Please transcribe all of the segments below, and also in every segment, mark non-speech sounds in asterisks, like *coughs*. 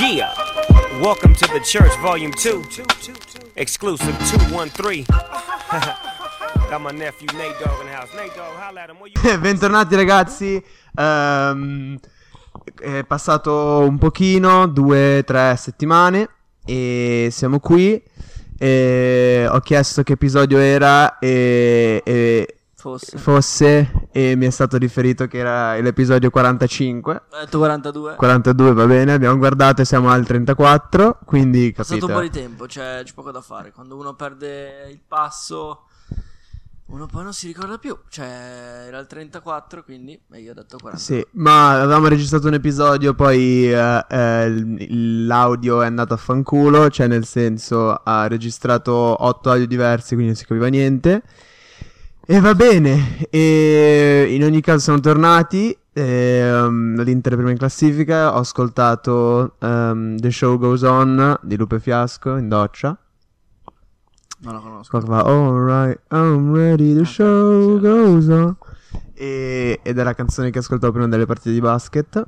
Yeah. Welcome to the church, volume two. Exclusive 213. *laughs* Got my nephew Nate Dogg in the house. Nate Dogg, holla at him. Where you Bentornati ragazzi. Ehm, è passato un pochino, due, tre settimane e siamo qui. E ho chiesto che episodio era e, e- Fosse. fosse e mi è stato riferito che era l'episodio 45. Ho detto 42. 42 va bene, abbiamo guardato e siamo al 34, quindi È stato un po' di capito. tempo, cioè c'è poco da fare. Quando uno perde il passo, uno poi non si ricorda più. Cioè, era il 34, quindi e io ho detto 40. Sì, ma avevamo registrato un episodio, poi eh, eh, l- l'audio è andato a fanculo, cioè nel senso ha registrato otto audio diversi, quindi non si capiva niente. E va bene, e in ogni caso siamo tornati, ehm, l'Inter è prima in classifica, ho ascoltato ehm, The Show Goes On di Lupe Fiasco in doccia. Non la conosco. Quello che fa Alright, I'm ready, the Ok, show sì, goes on. E, ed è la canzone che ascoltavo prima delle partite di basket.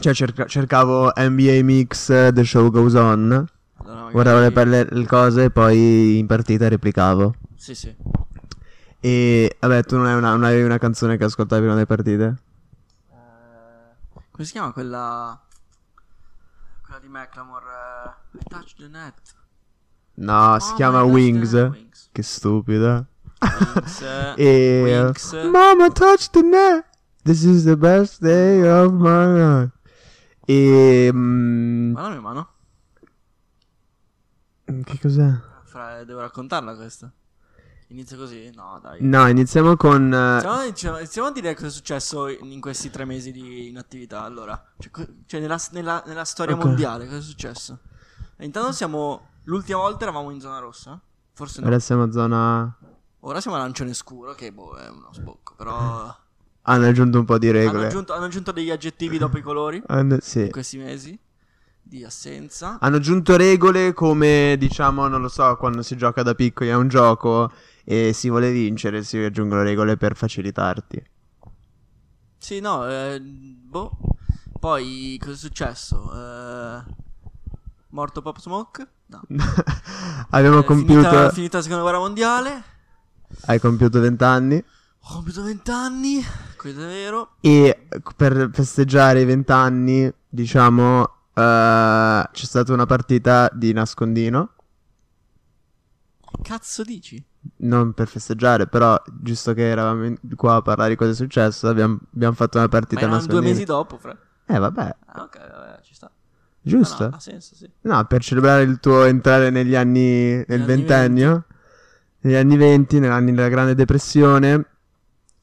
Cioè, cerca- cercavo NBA Mix, eh, The Show Goes On. Allora, magari- Guardavo le, perle- le cose e poi in partita replicavo. Sì, sì. E vabbè, tu non, hai una, non avevi una canzone che ascoltavi prima delle partite? Come si chiama quella... Quella di Macklemore? eh, I touch the net. No, Ah, si Oh, chiama my gosh, Wings. eh, *laughs* Wings. Che stupida. Wings, e Wings. Eh, Mama touch the net. This is the best day of my life. E mm, Guarda la mia mano. che cos'è? Fra- devo raccontarla questa. Inizia così? No, dai. No, iniziamo con eh, Iniziamo, iniziamo- iniziamo a dire cosa è successo in, in questi tre mesi di inattività. Allora, cioè, co- cioè nella, nella- nella storia Ok. mondiale, cosa è successo? E intanto siamo. L'ultima volta eravamo in zona rossa. Forse no. ora siamo a zona Ora siamo arancione scuro, che boh, è uno sbocco. Però. hanno aggiunto un po' di Hanno Eh. regole. aggiunto, hanno aggiunto degli aggettivi dopo i colori Hanno- sì. Ah. in questi mesi di assenza. Hanno aggiunto regole come diciamo, non lo so, quando si gioca da piccoli a un gioco e si vuole vincere, si aggiungono regole per facilitarti. *laughs* Sì, no, eh, boh. Poi cosa è successo? Eh, morto Pop Smoke? No. Abbiamo Eh, compiuto Finita, finita la seconda guerra mondiale. hai compiuto 20 anni Ho compiuto 20 anni. Questo è vero. E eh, per festeggiare i vent'anni, diciamo, eh, c'è stata una partita di nascondino. Che Cazzo dici? Non per festeggiare, però, giusto che eravamo in- qua a parlare di cosa è successo, abbiamo, abbiamo fatto una Ma partita a erano due nascondino. mesi dopo, fra. Eh, vabbè, Ah, ok, vabbè, ci sta. Ah, giusto. no, ha senso, sì. No, per celebrare il tuo entrare negli anni. nel anni ventennio. Negli anni venti, negli anni della Grande Depressione.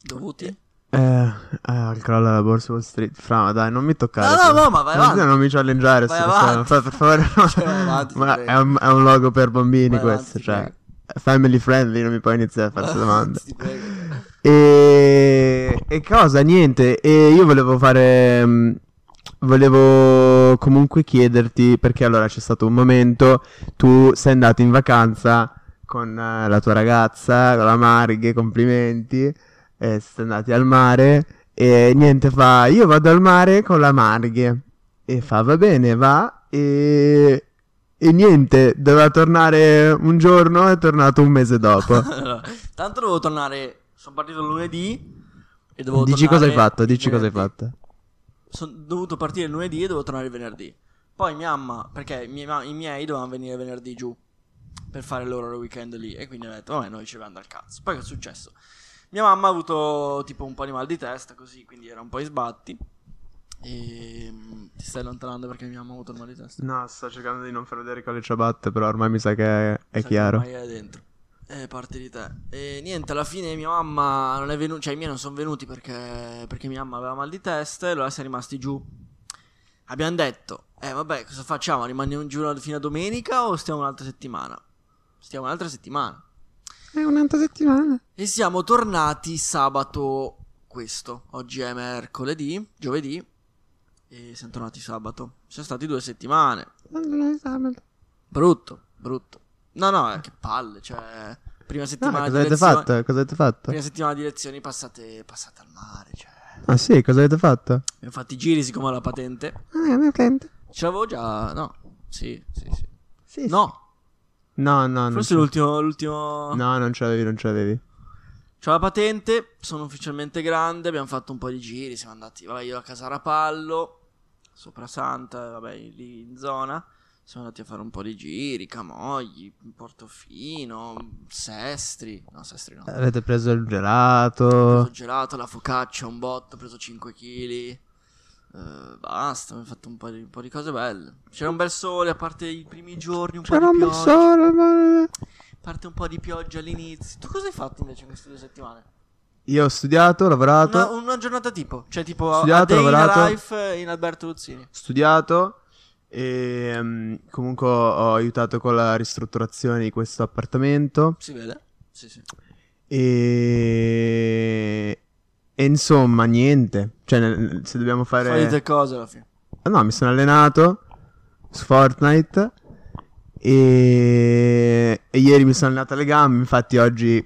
Dovuti? *laughs* Eh, eh, al crollo della borsa Wall Street. Fra, ma dai, non mi toccare. No, no, no, ma vai Non- avanti. Non mi challengeare. Vai su questa- avanti. fra, per *laughs* favore, no. Cioè, vai avanti, ti ma prego. è un, è un logo per bambini Vai avanti, questo, ti cioè. prego. Family friendly, non mi puoi iniziare a farsi Vai domande. avanti, ti prego. E, e cosa? Niente. E io volevo fare. mh, Volevo comunque chiederti perché allora c'è stato un momento. Tu sei andato in vacanza con eh, la tua ragazza, con la Marghe, complimenti. eh, siete andati al mare. E niente, fa. Io vado al mare con la Marghe. E fa, va bene, va. E. E niente, doveva tornare un giorno, è tornato un mese dopo. Allora, tanto dovevo tornare. Sono partito lunedì. E dovevo dici cosa hai tornare fatto, il dici cosa hai venerdì. fatto. Sono dovuto partire il lunedì e dovevo tornare il venerdì. Poi mia mamma, perché i miei, ma- i miei dovevano venire venerdì giù per fare il loro weekend lì. E quindi ho detto, vabbè, noi ci dobbiamo andare al cazzo. Poi che è successo? Mia mamma ha avuto tipo un po' di mal di testa, così, quindi era un po' in sbatti. E mm, ti stai allontanando perché mia mamma ha avuto il mal di testa. No, sto cercando di non far vedere con le ciabatte, però ormai mi sa che è, è Sai che chiaro. ormai è dentro. E parte di te. E niente, alla fine mia mamma non è venuta, cioè i miei non sono venuti perché, perché mia mamma aveva mal di testa e allora siamo rimasti giù. Abbiamo detto, eh vabbè, cosa facciamo? Rimaniamo giù fino a domenica o stiamo un'altra settimana? Stiamo un'altra settimana. È un'altra settimana. E siamo tornati sabato questo. Oggi è mercoledì, giovedì. E siamo tornati sabato. Sono stati due settimane. Ah, Brutto, brutto. No, no, eh, che palle, cioè... Prima No, settimana cosa di avete lezioni- fatto? Cosa avete fatto? Prima settimana di lezioni passate, passate al mare, cioè... Ah sì, cosa avete fatto? Abbiamo fatto i giri siccome ho la patente. Ah, mi prende. Ce l'avevo già. No. Sì, sì, sì. Eh Sì, sì. No, No, no, non forse ce- l'ultimo. l'ultimo... No, non ce l'avevi, non ce l'avevi. C'ho la patente, sono ufficialmente grande, abbiamo fatto un po' di giri, siamo andati, vabbè, io a Casarapallo, sopra Santa, vabbè, lì in zona, siamo andati a fare un po' di giri, Camogli, Portofino, Sestri, no, Sestri no, ho Avete preso il gelato. preso gelato, la focaccia, un botto, ho preso 5 kg, basta, abbiamo fatto un po, di, un po' di cose belle. C'era un bel sole, a parte i primi giorni, un C'era po' un di bel pioggia, sole, ma... parte un po' di pioggia all'inizio. Tu cosa hai fatto invece in queste due settimane? Io ho studiato, ho lavorato, Una, una giornata tipo, cioè tipo Studiato, a day in a lavorato. life eh, in Alberto Luzzini. studiato e mm, comunque ho aiutato con la ristrutturazione di questo appartamento Si vede? Sì, sì. e, e insomma niente, cioè nel- se dobbiamo fare... Ah, Solite cose alla fine. No, mi sono allenato su Fortnite e, e ieri mi sono allenato alle gambe, infatti oggi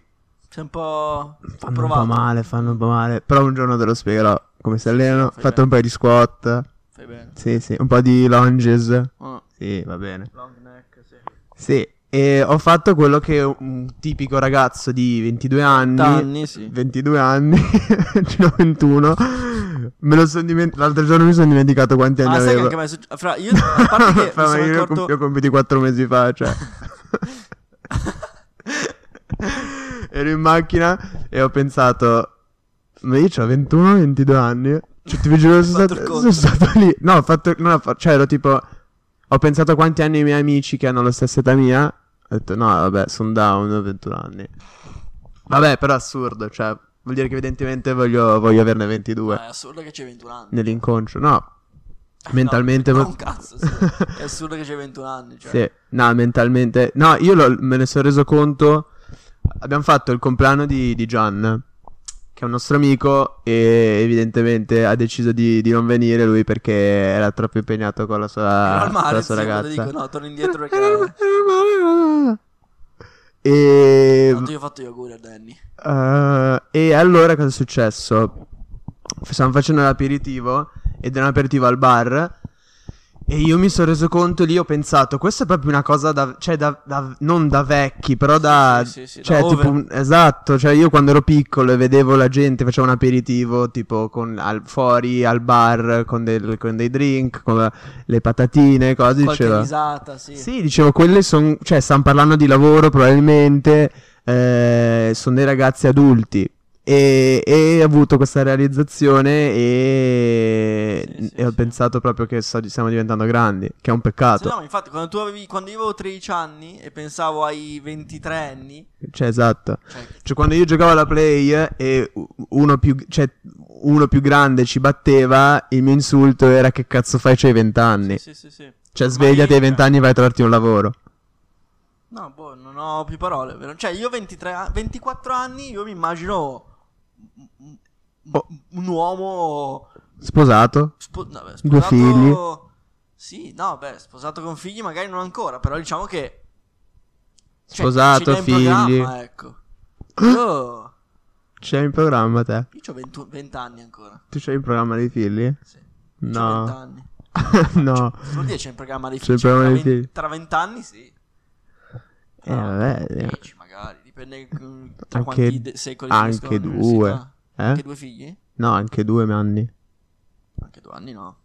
Sei un po' fanno provato. un po' male, fanno un po' male, però un giorno te lo spiegherò come si allenano, ho fai fatto un paio di squat, Fai bene. sì sì, un po' di lunges, Ah, sì va bene. long neck, sì. Sì, e ho fatto quello che un tipico ragazzo di 22 anni, Tanni, sì. 22 anni, *laughs* no, 21, me lo sono dimenticato, l'altro giorno mi sono dimenticato quanti anni Ah, sai che avevo. anche a me è successo. Fra, io a *laughs* parte che Fra, mi ma sono io ho accorto. compi- ho compiuto 4 mesi fa, *laughs* cioè. Ero in macchina e ho pensato, ma io ho 21, 22 anni. Cioè, ti giuro, sono Fatto il stato, conto. sono stato lì. No, ho fatto, non ho fa- cioè, ero tipo, ho pensato a quanti anni i miei amici che hanno la stessa età mia. Ho detto, no, vabbè, sono down, ho 21 anni. Vabbè, però è assurdo, cioè, vuol dire che evidentemente voglio, voglio averne 22 Ah, è assurdo che c'è 21 anni. nell'inconscio. No, mentalmente... No, vo- ma un cazzo, *laughs* sì. È assurdo che c'è 21 anni. Cioè. sì, no, mentalmente. No, io l'ho- me ne sono reso conto. Abbiamo fatto il compleanno di, di Gian, che è un nostro amico, e evidentemente ha deciso di, di non venire lui perché era troppo impegnato con la Era sua, al mare, con la sua zio, ragazza. quando dico, no, torno indietro perché Era- era al era- mare. era male. E Tanto io ho fatto gli auguri a Danny. eh, e allora cosa è successo? Stavamo facendo l'aperitivo ed era un aperitivo al bar. E io mi sono reso conto lì, ho pensato, questa è proprio una cosa da, cioè da, da- non da vecchi, però da, Sì, sì, sì, sì, cioè da tipo, over. un- esatto, cioè io quando ero piccolo e vedevo la gente, facevo un aperitivo tipo con, al- fuori al bar con, del- con dei drink, con la- le patatine, cose, Qualche dicevo, risata, sì. sì, dicevo, quelle sono. Cioè, stanno parlando di lavoro, probabilmente. eh, sono dei ragazzi adulti. E, e ho avuto questa realizzazione e, Sì, sì, e ho sì. pensato proprio che sto- stiamo diventando grandi, che è un Sì, peccato. no, ma infatti, quando, tu avevi, quando io avevo 13 anni e pensavo ai 23 anni, Cioè, esatto. cioè, Cioè, quando io giocavo alla play eh, e u- uno più, cioè, uno più grande ci batteva, il mio insulto era che cazzo fai, c'hai 20 anni. Sì, sì, sì. Cioè, Ma svegliati io- ai 20 anni e vai a trovarti un lavoro. No, boh, non ho più parole, vero? Cioè, io 23 a- 24 anni, io mi immagino un- un, Oh. un uomo Sposato? spo- no, beh, sposato... Due figli. Sì, no, beh, sposato con figli magari non ancora, però diciamo che... cioè, ce Sposato, n'è in figli. programma, ecco. Io... C'è in programma te? Io ho 20, anni ancora, Tu c'hai in programma dei figli? sì. C'ho 20 No. anni. *laughs* no. Cosa vuol dire c'è in programma dei C'è in figli? Cioè, programma tra dei ven- figli. Tra 20 anni, sì. Eh, Ah, vabbè, eh. 10 magari, dipende mm, tra Anche- quanti de- secoli anche finiscono due. l'università. Eh? Anche due figli? No, anche due anni. Anche due anni no.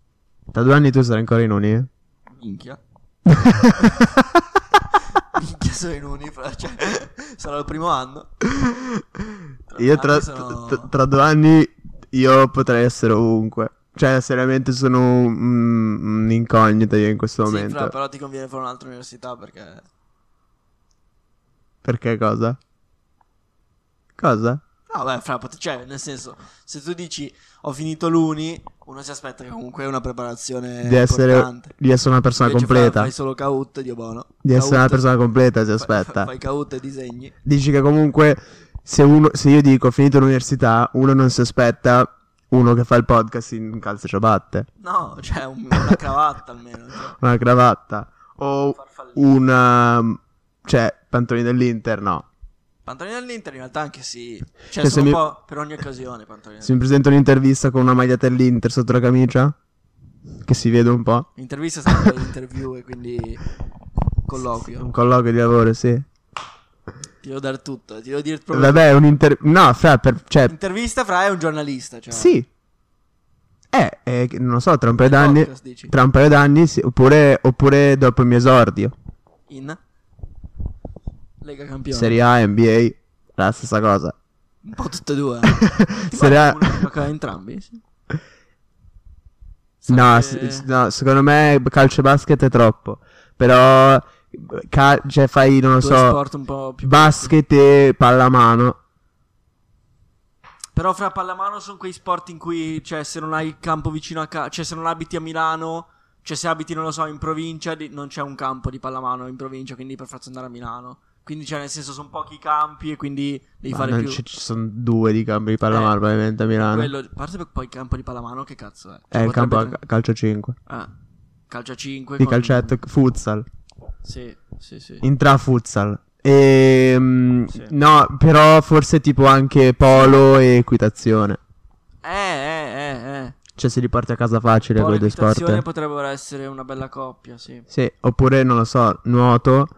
Da due anni tu sarai ancora *laughs* in uni? eh. Minchia. Minchia sono in uni, fra- cioè, *laughs* sarà il primo anno. Io tra, Anche Ah, sono- tra- tra due anni io potrei essere ovunque. Cioè, seriamente sono un- un'incognita io in questo Sì, momento. fra, però ti conviene fare un'altra università perché... Perché cosa? Cosa? No, beh, fra, pot- cioè, nel senso, se tu dici ho finito l'uni, uno si aspetta che comunque è una preparazione di essere importante. di essere una persona Invece, fra, completa. Fai solo caut, Dio buono. Di essere una Caut, persona completa, si *laughs* fai- aspetta. Fai caut e disegni. Dici che comunque se, uno, se io dico ho finito l'università, uno non si aspetta uno che fa il podcast in calze e ciabatte, No, cioè un- una cravatta almeno. *laughs* Cioè, una cravatta o farfallino. una... cioè pantaloni dell'Inter, no. Pantaloni all'Inter in realtà anche sì. Cioè, Cioè, se sono mi- un po' per ogni occasione pantaloni Se mi presento un'intervista con una maglia dell'Inter sotto la camicia, che si vede un po'. L'intervista è stata l'interview e quindi colloquio. Un colloquio di lavoro, sì. Ti devo dare tutto, ti devo dire proprio. Vabbè, un inter... No, fra, per... cioè, L'intervista fra è un giornalista, cioè. sì. Eh, eh, non lo so, tra un paio Nel d'anni... podcast, dici. Tra un paio d'anni, sì, oppure, oppure dopo il mio esordio. In Lega Campione. Serie A, NBA, la stessa cosa. Un po' tutte e *laughs* due. Ti Serie A... pare che uno gioca entrambi? Sì. No, Sarebbe- s- s- no, secondo me calcio e basket è troppo. Però, ca- cioè, fai, non lo due so, sport un po' più basket e pallamano. Però fra pallamano sono quei sport in cui, cioè, se non hai il campo vicino a casa, cioè, se non abiti a Milano, cioè, se abiti, non lo so, in provincia, di- non c'è un campo di pallamano in provincia, quindi per forza andare a Milano. Quindi, cioè, nel senso, sono pochi campi e quindi devi Ma fare non più. c- ci sono due di campi di pallamano, Eh, probabilmente a Milano. Quello, a parte poi il campo di pallamano, che cazzo è? Cioè, è Eh, il campo a potrebbe- ca- calcio 5. Ah, calcio a 5. Di calcetto, futsal. Sì, sì, sì. Intrafutsal. Ehm, Sì. No, però forse tipo anche polo e equitazione. Eh, eh, eh, eh. Cioè se li porti a casa facile Poi quei due l'equitazione sport. potrebbero essere una bella coppia, sì. Sì, oppure non lo so, nuoto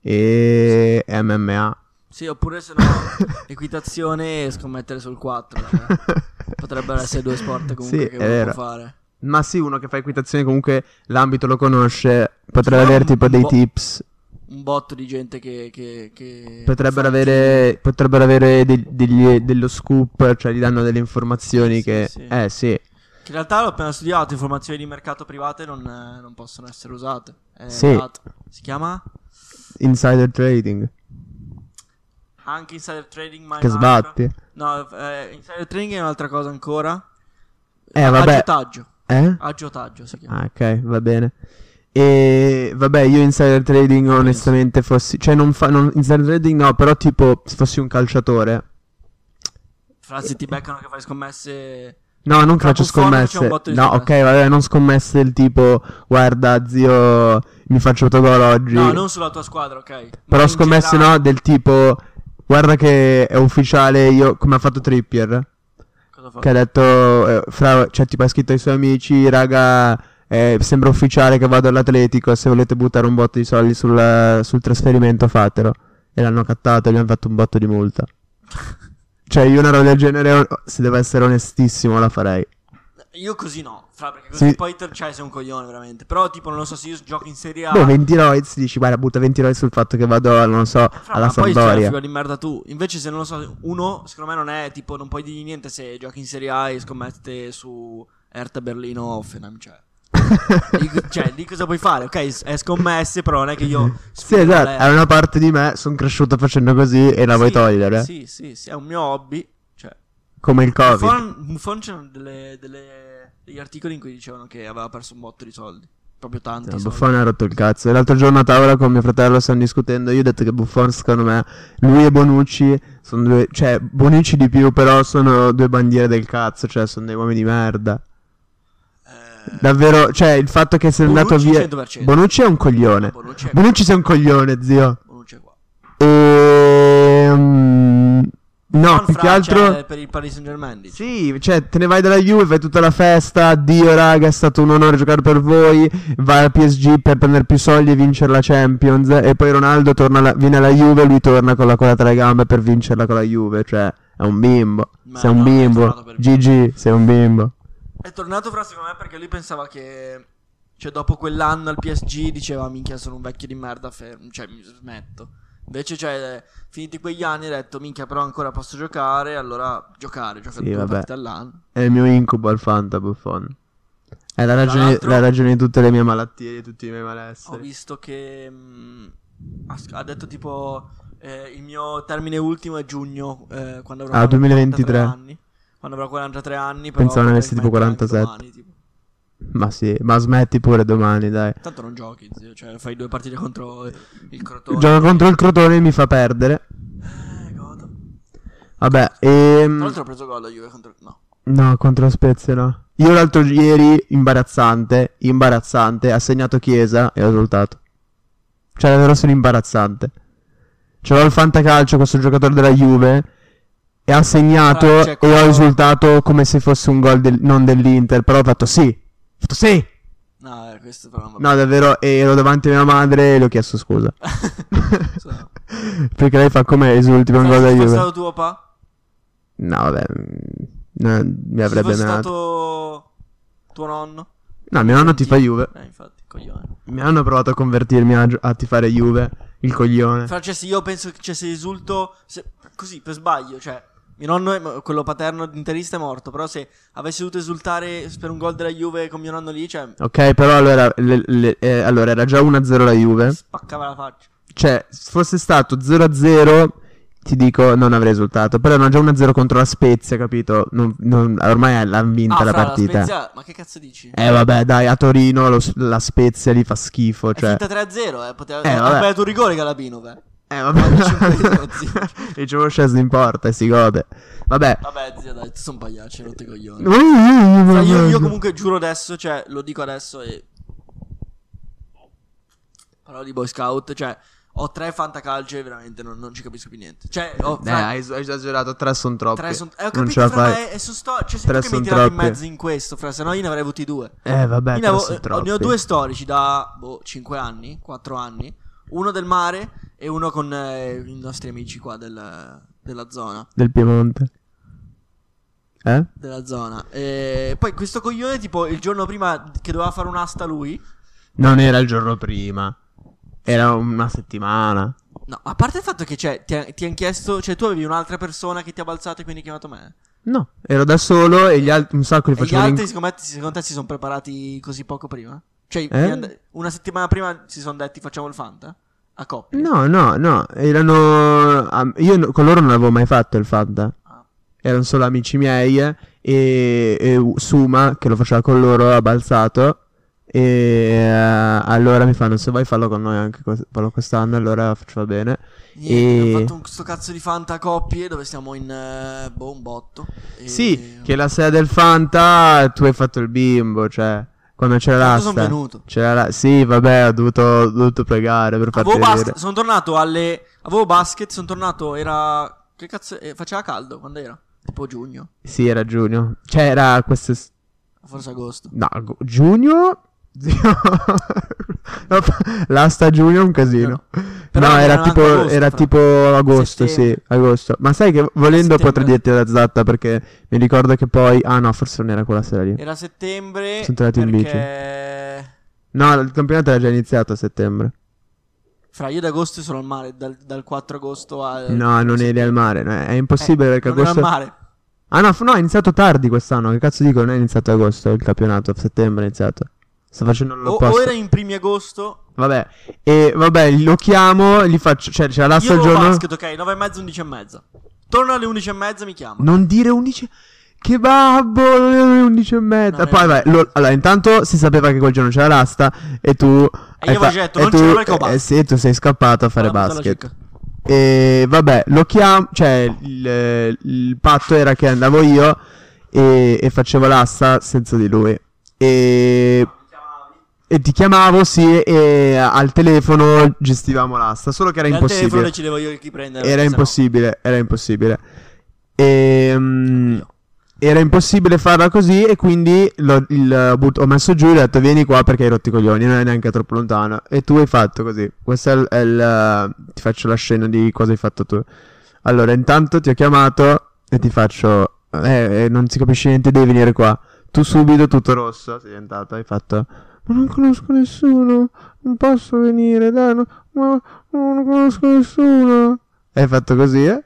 e MMA. Sì, oppure se no, *laughs* equitazione e scommettere sul 4. Cioè. *laughs* Potrebbero essere due sport comunque Sì, che è uno vero. può fare. Ma sì, uno che fa equitazione comunque l'ambito lo conosce, potrebbe Sì, boh. avere un tipo dei po'. tips, Un botto di gente che... che, che potrebbero fa- avere, potrebbero avere de- degli- dello scoop, cioè gli danno delle informazioni Sì, che... sì. Eh sì, Che in realtà l'ho appena studiato, informazioni di mercato private non, eh, non possono essere usate. È Sì. dato. Si chiama? insider trading, Anche insider trading, ma... è che un altro- sbatti. No, eh, insider trading è un'altra cosa ancora. Ah, Eh vabbè. Aggiotaggio. Eh? Aggiotaggio si chiama. Ah, ok, va bene. E vabbè, io insider trading onestamente fossi... Cioè non fa... Non, insider trading no, però tipo se fossi un calciatore... Fra se ti beccano che fai scommesse... No, non Tra faccio Buffon c'è un scommesse. botto di No, ok, scommesse. vabbè, non scommesse del tipo, guarda, zio, mi faccio autogol oggi. No, non sulla tua squadra, ok. Però scommesse no, del tipo, guarda che è ufficiale, io, come ha fatto Trippier, Cosa fa? che ha detto, eh, fra, cioè tipo ha scritto ai suoi amici, raga, eh, sembra ufficiale che vado all'Atletico, se volete buttare un botto di soldi sul, sul trasferimento fatelo. E l'hanno cattato e gli hanno fatto un botto di *laughs* multa. Cioè io una roba del genere, oh, se devo essere onestissimo, la farei. Io così no, fra perché così Sì. poi te- cioè, sei un coglione veramente. Però tipo non lo so se io gioco in Serie A. Boh, 20 roids, dici, guarda, butta 20 roids sul fatto che vado, non lo so, fra, alla ma poi sei una Sampdoria. figura di merda tu. Invece se non lo so, uno secondo me non è tipo non puoi dirgli niente se giochi in Serie A e scommette su Hertha Berlino o Offenheim, cioè. *laughs* Lì co- cioè, lì cosa puoi fare? Ok, s- è scommesse, però non è che io Sì, esatto, è una parte di me, sono cresciuto facendo così e la vuoi togliere, Sì, sì, sì, è un mio hobby, cioè come il Covid. Buffon, Buffon c'erano delle- delle- degli articoli in cui dicevano che aveva perso un botto di soldi. Proprio tanti. No, soldi. Eh, Buffon ha rotto il cazzo. E L'altro giorno a tavola con mio fratello stanno discutendo. Io ho detto che Buffon, secondo me, lui e Bonucci sono due. Cioè, Bonucci di più, però sono due bandiere del cazzo. Cioè, sono dei uomini di merda. Eh, Davvero, cioè, il fatto che sia andato Bonucci via. 100%. Bonucci è un coglione. Bonucci è- Bonucci sei un coglione, zio. Bonucci è qua. Ehm. No, Juan più che Fra, altro. cioè, per il Paris Saint Germain. dici. Sì, cioè, te ne vai dalla Juve, fai tutta la festa. Dio, raga, è stato un onore giocare per voi. Vai al PSG per prendere più soldi e vincere la Champions. E poi Ronaldo torna alla- viene alla Juve, lui torna con la coda tra le gambe per vincerla con la Juve. Cioè, è un bimbo. Ma sei un no, è tornato bimbo. per- GG, sei un bimbo. È tornato fra secondo me perché lui pensava che. Cioè, dopo quell'anno al PSG diceva minchia sono un vecchio di merda, fermo, cioè mi smetto. Invece, cioè, finiti quegli anni, ha detto minchia, però ancora posso giocare. Allora, giocare, giocare Sì, due vabbè. partite all'anno. È il mio incubo al Fanta Buffon. È la ragione, l'altro- la ragione di tutte le mie malattie, di tutti i miei Ho malesseri. visto che mh, ha, ha detto tipo eh, il mio termine ultimo è giugno eh, quando avrò 43 Ah, 2023. anni. Quando avrò 43 anni, però Pensavo ne potrei avessi tipo smettere anche 47. domani, tipo. Ma sì, ma smetti pure domani, dai. Tanto non giochi, zio, cioè fai due partite contro il Crotone. Gioco contro il Crotone e mi fa perdere. Eh, godo. Vabbè, Tra ehm. l'altro ho preso gol la Juve contro no. No, contro la Spezia no. Io l'altro ieri, imbarazzante, imbarazzante, ha segnato Chiesa e ho risultato. Cioè, davvero sono imbarazzante. C'era il fantacalcio, questo giocatore della Juve, e ha segnato Ah, c'è e ho quello- risultato come se fosse un gol del- non dell'Inter, però ho fatto sì. Ho fatto sì. No, eh, questo però non va No, davvero, ero davanti a mia madre e le ho chiesto scusa. bene. *laughs* Sono- Perché lei fa come esulti con cosa Se fosse Juve. stato tuo papà? No, vabbè. no, mi Se avrebbe fosse menato. stato tuo nonno? No, mio nonno ti fa Juve. Eh, infatti, coglione. Mio nonno ha provato a convertirmi a, gio- a tifare Juve. Il coglione. Francesco, io penso che cioè, se risulto se- così per sbaglio, cioè mio nonno, è- quello paterno interista è morto, però se avessi dovuto esultare per un gol della Juve con mio nonno lì, cioè Ok, però allora, le- le- eh, allora era già 1-0 la Juve. spaccava la faccia. Cioè, se fosse stato 0-0, ti dico, non avrei risultato. Però erano già 1-0 contro la Spezia, capito? Non- non- ormai l'hanno vinta Ah, la fra, partita. La Spezia, ma che cazzo dici? Eh vabbè, dai, a Torino lo- la Spezia lì fa schifo, È cioè... finita 3-0, eh, poteva Eh, eh, vabbè. ha sbagliato un rigore Galabinov, eh. Eh Cinque, zio. *laughs* vabbè. E ci avevo sceso in porta e si gode. Vabbè. Vabbè, zio, dai, tu sono pagliacci, non ti coglioni. Fra, io, Io, *laughs* io comunque giuro adesso, cioè, lo dico adesso e... Parlo di Boy Scout, cioè, ho tre fantacalce e veramente non, non ci capisco più niente. Cioè, ho... Eh, fra- hai hai esagerato, tre sono troppi. Tre son... eh, ho non capito, ce la fra, fai. ma è- è su sto... Cioè, sei Tre tu che mi son hai tirato in troppi. mezzo in questo, fra, se no io ne avrei avuti due. Eh vabbè, Io ne, tre avevo- sono eh, troppi. ne ho due storici da, boh, 5 anni, 4 anni. Uno del mare e uno con eh, i nostri amici qua del- della zona. Del Piemonte. Eh? della zona. E poi questo coglione, tipo, il giorno prima che doveva fare un'asta lui. Non era il giorno prima. Era una settimana. No, a parte il fatto che cioè, ti, ha- ti hanno chiesto, cioè tu avevi un'altra persona che ti ha balzato e quindi hai chiamato me. No, ero da solo e gli altri un sacco li E gli facevano in- altri, secondo, me, secondo te, si sono preparati così poco prima? Cioè, Eh? gli and- una settimana prima si sono detti facciamo il Fanta? A coppia? No, no, no, erano am- io no- con loro non avevo mai fatto il Fanta. Ah. Erano solo amici miei eh, e, e u- Suma che lo faceva con loro ha balzato e eh, allora mi fanno se vuoi fallo con noi anche quest- fallo quest'anno allora faccio va bene. Niente, E- abbiamo fatto un, sto cazzo di Fanta a coppie dove siamo in eh, boh, un botto. E- Sì, che la sera del Fanta tu hai fatto il bimbo, cioè quando c'era Tanto l'asta. sono venuto. C'era la- sì, vabbè, ho dovuto, ho dovuto pregare per farti Avevo vedere. basket, sono tornato alle. Avevo basket, sono tornato. Era. Che cazzo. eh, faceva caldo quando era? Tipo giugno, Sì, era giugno. C'era queste forse agosto. No, gu- giugno. *laughs* Zio. La fa- L'asta giugno è un casino. Però no, era era tipo, agosto, era fra- tipo agosto, sì, settembre. agosto. Ma sai che volendo Settembre. potrei dirti la zatta perché mi ricordo che poi... Ah no, forse non era quella sera lì. Era settembre. Sono tornato in bici. perché... No, il campionato era già iniziato a settembre. Fra io ad agosto sono al mare, dal, dal 4 agosto al. No, non eri al mare, no, è impossibile perché Eh, non ero agosto... al mare. Ah no, f- no, è iniziato tardi quest'anno, che cazzo dico, non è iniziato agosto il campionato, a settembre è iniziato. Sta facendo O, l'opposto. o era in primi agosto. Vabbè, e vabbè, lo chiamo, gli faccio... Cioè, c'è Io l'asta il avevo giorno... basket, ok, 9 e mezza, 11 e mezza. Torno alle 11 e mezza, mi chiamo. Non dire 11. Che babbo, non erano le 11 e mezza. Non Poi, era- vai, lo- allora, intanto si sapeva che quel giorno c'era l'asta e tu. E io hai avevo detto, e non tu- c'era perché ho basket. eh, sì, tu sei scappato a fare Alla puttana basket. cicca. E vabbè, lo chiamo. Cioè, il, il patto era che andavo io e, e facevo l'asta senza di lui. E. E ti chiamavo, sì, e al telefono gestivamo l'asta. Solo che era E al telefono impossibile. decidevo io chi prendere. Era perché sennò- impossibile, era impossibile. Ehm, era impossibile farla così e quindi l'ho- il but- ho messo giù e ho detto vieni qua perché hai rotto i coglioni, non è neanche troppo lontano. E tu hai fatto così. Questo è il... è il- ti faccio la scena di cosa hai fatto tu. Allora, intanto ti ho chiamato e ti faccio... Eh, eh, non si capisce niente, devi venire qua. Tu subito tutto rosso sei diventato, hai fatto... Ma non conosco nessuno, non posso venire, dai, no- ma ma non conosco nessuno. Hai fatto così, eh?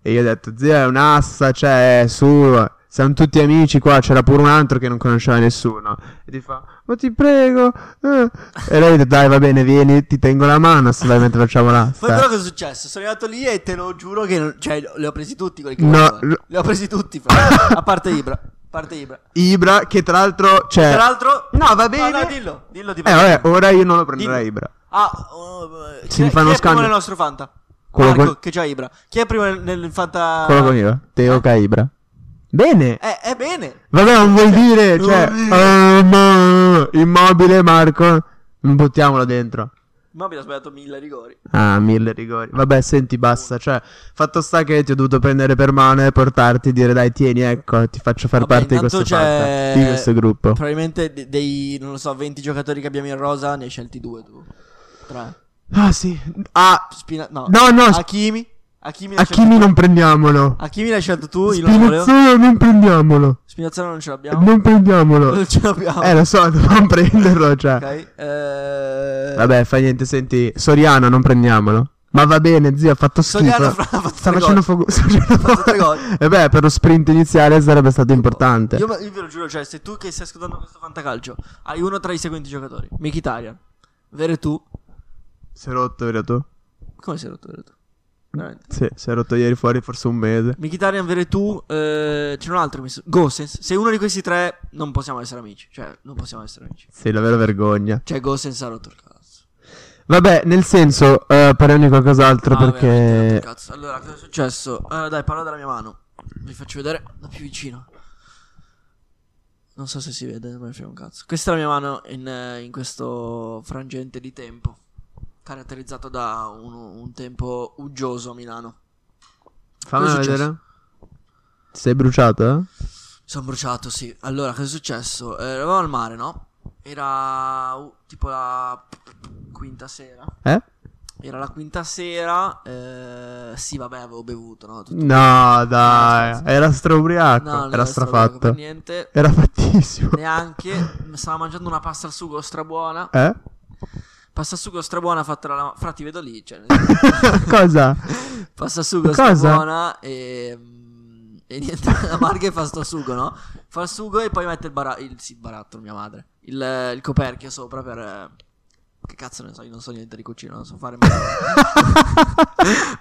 E io ho detto, zio, è un'assa, cioè, su, siamo tutti amici qua, c'era pure un altro che non conosceva nessuno. E ti fa, ma ti prego. eh." E lei ha detto, dai, va bene, vieni, ti tengo la mano, assolutamente facciamo Poi però l'asta. cosa è successo? Sono arrivato lì e te lo giuro che non- cioè, li ho presi tutti quelli che No, volevo, eh. no. Li ho presi tutti, fra- a parte Ibra. A parte Ibra. Ibra, che tra l'altro, cioè... Tra l'altro No, va bene. No, no, dillo, dillo di Eh, vabbè, ora io non lo prenderei Dillo. Ibra. Ah, oh, eh, Si chi, è- chi fanno è primo scambi. nel nostro Fanta? Quello Marco, con- che c'ha Ibra. Chi è primo nel, nel Fanta? Quello con Ibra. Teo che Ibra. Eh. Bene. Eh, eh, bene. Vabbè, non vuol dire, non cioè... vuol eh, ma- immobile, Marco. Buttiamolo dentro. Immobile ha sbagliato mille rigori. Ah, mille rigori. Vabbè, senti, basta. Cioè, fatto sta che ti ho dovuto prendere per mano e portarti e dire dai, tieni, ecco, ti faccio far Vabbè, parte di intanto cioè, questo, c'è- fatta- di questo gruppo. Probabilmente de- dei, non lo so, 20 giocatori che abbiamo in rosa ne hai scelti due tu. Tre. Ah, sì. Ah, Spina- no. no, no, sp- Hakimi. Hakimi l'hai scelto Hakimi tu. non prendiamolo. Hakimi l'hai scelto tu, io non lo volevo. Spinazzola non prendiamolo. Spinazzola non ce l'abbiamo. Non prendiamolo. Non ce l'abbiamo. Eh, lo so, *laughs* non prenderlo, cioè. Ok. eh, Vabbè, fa niente, senti, Soriano non prendiamolo. Ma va bene, zio, ha fatto schifo. Soriano fra- *laughs* ha fatto Sta tre gol. facendo fuoco. *laughs* sta facendo fatto tre fuoco. gol. E beh, per lo sprint iniziale sarebbe stato importante. Io, io ve lo giuro, cioè, se tu che stai ascoltando questo fantacalcio hai uno tra i seguenti giocatori: Mkhitaryan, Veretù. Si è rotto, vero tu? Come sei rotto Veretù? Veramente. Sì, si è rotto ieri fuori forse un mese. Mkhitaryan, Veretù, eh, c'è un altro che mi so- Gosens. Se uno di questi tre non possiamo essere amici, cioè non possiamo essere amici. Sì, la vera vergogna. Cioè Gosens ha rotto il cazzo. Vabbè, nel senso, eh, parliamo di qualcos'altro Ah, veramente, ha rotto il perché... cazzo. Allora, cosa è successo? Eh, dai, parlo della mia mano. Vi faccio vedere da più vicino. Non so se si vede, non me ne frega un cazzo. Questa è la mia mano in, eh, in questo frangente di tempo. Caratterizzato da un, un tempo uggioso a Milano. Fammi Cosa è vedere. Ti sei bruciato, eh? Sono bruciato, sì. Allora, cosa è successo? Eh, eravamo al mare, no? Era uh, tipo la quinta sera. Eh? Era la quinta sera. eh, sì, vabbè, avevo bevuto, no? Tutto- No, dai. Era straubriaco. No, non Ecco, era ero ubriaco Per strafatto. niente. Era fattissimo. *laughs* neanche mi stava mangiando una pasta al sugo strabuona Eh? pasta al sugo strabuona fatta dalla fra ti vedo lì cioè, *laughs* Cosa? *laughs* pasta al sugo Cosa? strabuona e mm, e niente *laughs* la marghe fa sto sugo no fa il sugo e poi mette il, bara- il, sì, il barattolo mia madre il, eh, il coperchio sopra per eh, che cazzo ne so io non so niente di cucina non so *laughs* fare *laughs*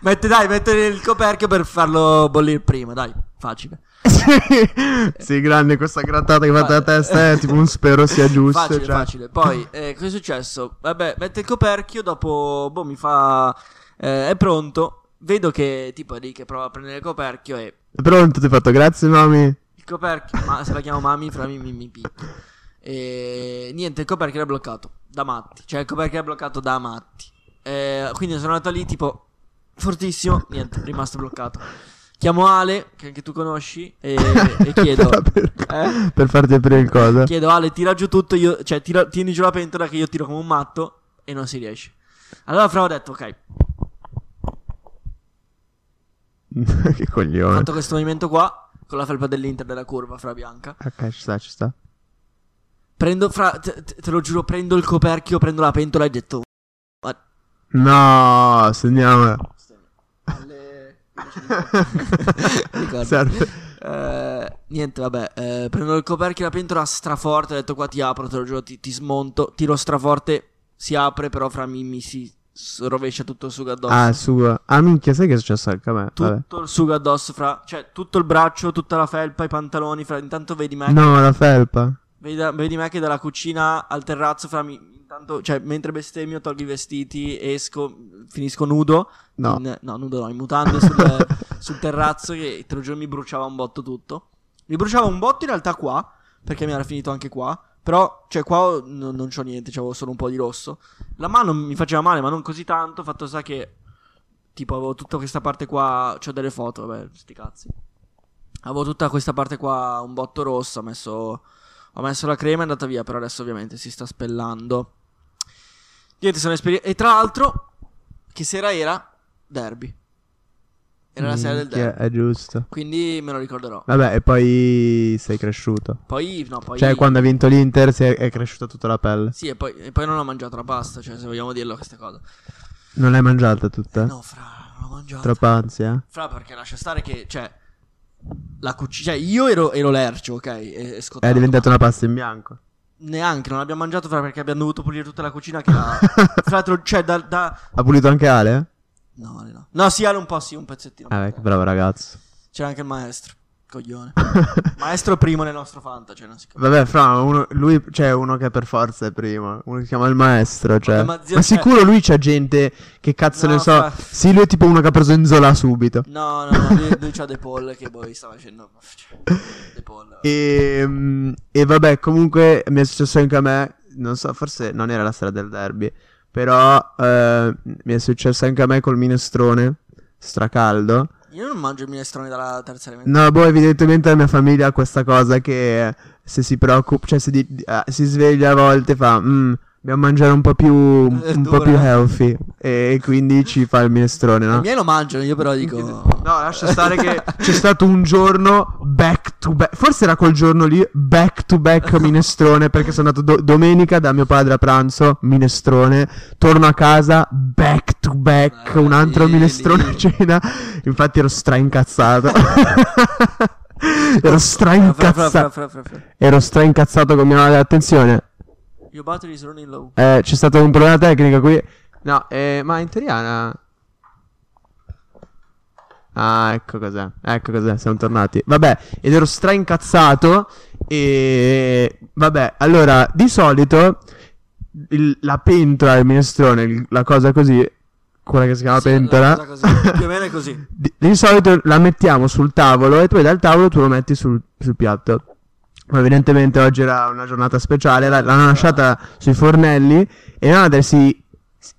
mette dai mette il coperchio per farlo bollire prima dai facile sì, *laughs* sì, grande questa grattata che fate la testa è tipo un *laughs* spero sia giusto. Facile, cioè. facile. Poi, eh, cosa è successo? Vabbè, mette il coperchio, dopo, boh, mi fa... eh, è pronto. Vedo che, tipo, è lì che prova a prendere il coperchio e... Pronto, ti ho fatto grazie, mami. Il coperchio... ma se la chiamo Mami, fra mi, mi, mi picchia. E niente, il coperchio era bloccato. Da matti. Cioè, il coperchio era bloccato da matti. Eh, quindi sono andato lì, tipo, fortissimo. Niente, rimasto bloccato. Chiamo Ale, che anche tu conosci, e, *laughs* e chiedo... per, per- Eh? per farti aprire il coso. Chiedo Ale, tira giù tutto, io, cioè tira- tieni giù la pentola che io tiro come un matto e non si riesce. Allora Fra ho detto, ok, *laughs* che ho coglione. fatto questo movimento qua con la felpa dell'Inter della curva, Fra bianca. Ok, ci sta, ci sta. Prendo, Fra, te, te- te lo giuro, prendo il coperchio, prendo la pentola e ho detto... ma- No, segniamo. *laughs* Ale... *laughs* Serve. Eh, niente, vabbè. eh, prendo il coperchio, la pentola straforte. Ho detto qua ti apro, te lo giuro, ti, ti smonto. Tiro straforte, si apre, però fra mi, mi si s- rovescia tutto il sugo addosso. Ah, il suo. Ah, minchia, sai che è successo anche a me? Vabbè. tutto il sugo addosso, fra. Cioè, tutto il braccio, tutta la felpa, i pantaloni, fra. Intanto vedi me, No, la felpa. vedi, da- vedi me che dalla cucina al terrazzo, fra. Mi, intanto, cioè, mentre bestemmio, tolgo i vestiti, esco, finisco nudo. No. in- no, nudo no, in mutande sul, sul terrazzo che te lo giuro mi bruciava un botto tutto. Mi bruciava un botto in realtà qua, perché mi era finito anche qua. Però, cioè, qua ho- no- non c'ho niente, c'avevo solo un po' di rosso. La mano mi faceva male, ma non così tanto. Fatto sa che, tipo, avevo tutta questa parte qua. C'ho delle foto, vabbè, sti cazzi. Avevo tutta questa parte qua, un botto rosso. Ho messo, ho messo la crema e è andata via. Però adesso, ovviamente, si sta spellando. Niente, sono esperienze. E tra l'altro, che sera era? Derby. Era la sera del Minchia, derby. È giusto. Quindi me lo ricorderò. Vabbè, e poi sei cresciuto. Poi, no, poi. Cioè, quando ha vinto l'Inter si è, è cresciuta tutta la pelle. Sì, e poi, e poi non ho mangiato la pasta, cioè, se vogliamo dirlo queste cose. Non l'hai mangiata tutta? No, fra, non ho mangiato. Troppa ansia? Fra, perché lascia stare che, cioè, la cucina... Cioè, io ero, ero lercio, ok? E, e scottato, È diventata una pasta in bianco. ma Neanche, non abbiamo mangiato, fra, perché abbiamo dovuto pulire tutta la cucina che *laughs* era... fra l'altro, cioè, da... da- Ha pulito anche Ale? eh? No, Ale no. No, sì, Ale un po', sì, un pezzettino. Ah, beh, che bravo ragazzo. *laughs* C'era anche il maestro, coglione. maestro primo nel nostro fanta, cioè, non si capisce. Vabbè, fra, uno, lui c'è uno che per forza è primo. Uno che si chiama il maestro. Cioè. Vabbè, ma, ma zio, cioè- sicuro lui c'ha gente che cazzo No, ne so. fra- Sì, lui è tipo uno che ha preso Enzola subito. No, no, no, lui, lui c'ha De Paul che poi sta facendo... Cioè, De Paul... Ehm, E, mm, e vabbè, comunque mi è successo anche a me. Non so, forse non era la sera del derby. Però eh, mi è successo anche a me col minestrone, stracaldo. Io non mangio il minestrone dalla terza elementare. No, boh, evidentemente la mia famiglia ha questa cosa che eh, se si preoccupa, cioè se di- di- ah, si sveglia a volte e fa, "Mm, dobbiamo mangiare un po' più, un, Eh, po' più dura." healthy e quindi ci fa il minestrone, I no? miei lo mangiano, io però dico... No, lascia stare che *laughs* c'è stato un giorno back to back. Forse era quel giorno lì back to back minestrone. Perché sono andato do- domenica da mio padre a pranzo, minestrone. Torno a casa, back to back, Ma un altro lì, minestrone lì. a cena. Infatti ero *laughs* straincazzato. Fra, fra, fra, ero straincazzato. fra, fra, fra. Ero straincazzato con mia madre. Attenzione, Your battery is running low. eh, c'è stato un problema tecnico qui. No, eh, ma in teoria. era- Ah, ecco cos'è. Ecco cos'è, siamo tornati. Vabbè, ed ero straincazzato. E vabbè, allora, di solito il- la pentola del minestrone, il- la cosa così, quella che si chiama Sì, la pentola. cosa così. Più o meno è *laughs* così. Di, di solito la mettiamo sul tavolo e poi dal tavolo tu lo metti sul, sul piatto. Ma evidentemente oggi era una giornata speciale, la- l'hanno lasciata sui fornelli e mia madre si,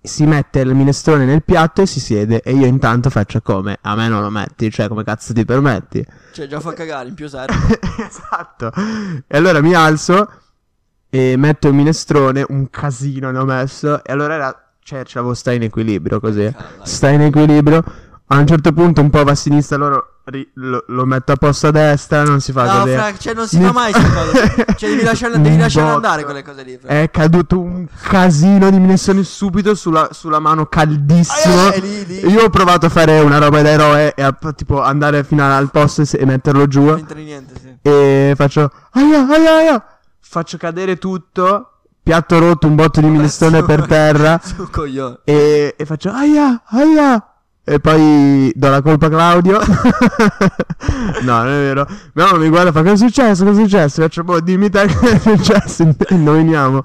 si mette il minestrone nel piatto e si siede e io intanto faccio come? A me non lo metti, cioè come cazzo ti permetti? Cioè, già fa cagare, in più serve. *laughs* esatto. E allora mi alzo e metto il minestrone, un casino ne ho messo, e allora era, cioè, ce l'avevo sta in equilibrio così. Cavolo. Sta in equilibrio, a un certo punto un po' va a sinistra, loro ri- lo, lo metto a posto a destra, non si fa No, così. Fra, cioè, non si fa mai queste *laughs* cose. Cioè, devi lasciarle- devi Un lasciarle botto. andare quelle cose lì, Fra. È caduto un casino di minestrone subito sulla, sulla mano caldissimo. Ah, eh, lì, lì. Io ho provato a fare una roba da eroe e a- tipo andare fino al posto e, se- e metterlo giù. Non entra in niente, sì. e faccio aia aia aia faccio cadere tutto piatto rotto un botto di minestrone Su- per terra *laughs* Su coglione. e, e faccio aia aia e poi do la colpa a Claudio *laughs* no non è vero mia mamma mi guarda e fa cosa è successo cosa è successo faccio boh dimmi te *laughs* cosa è successo in- indoviniamo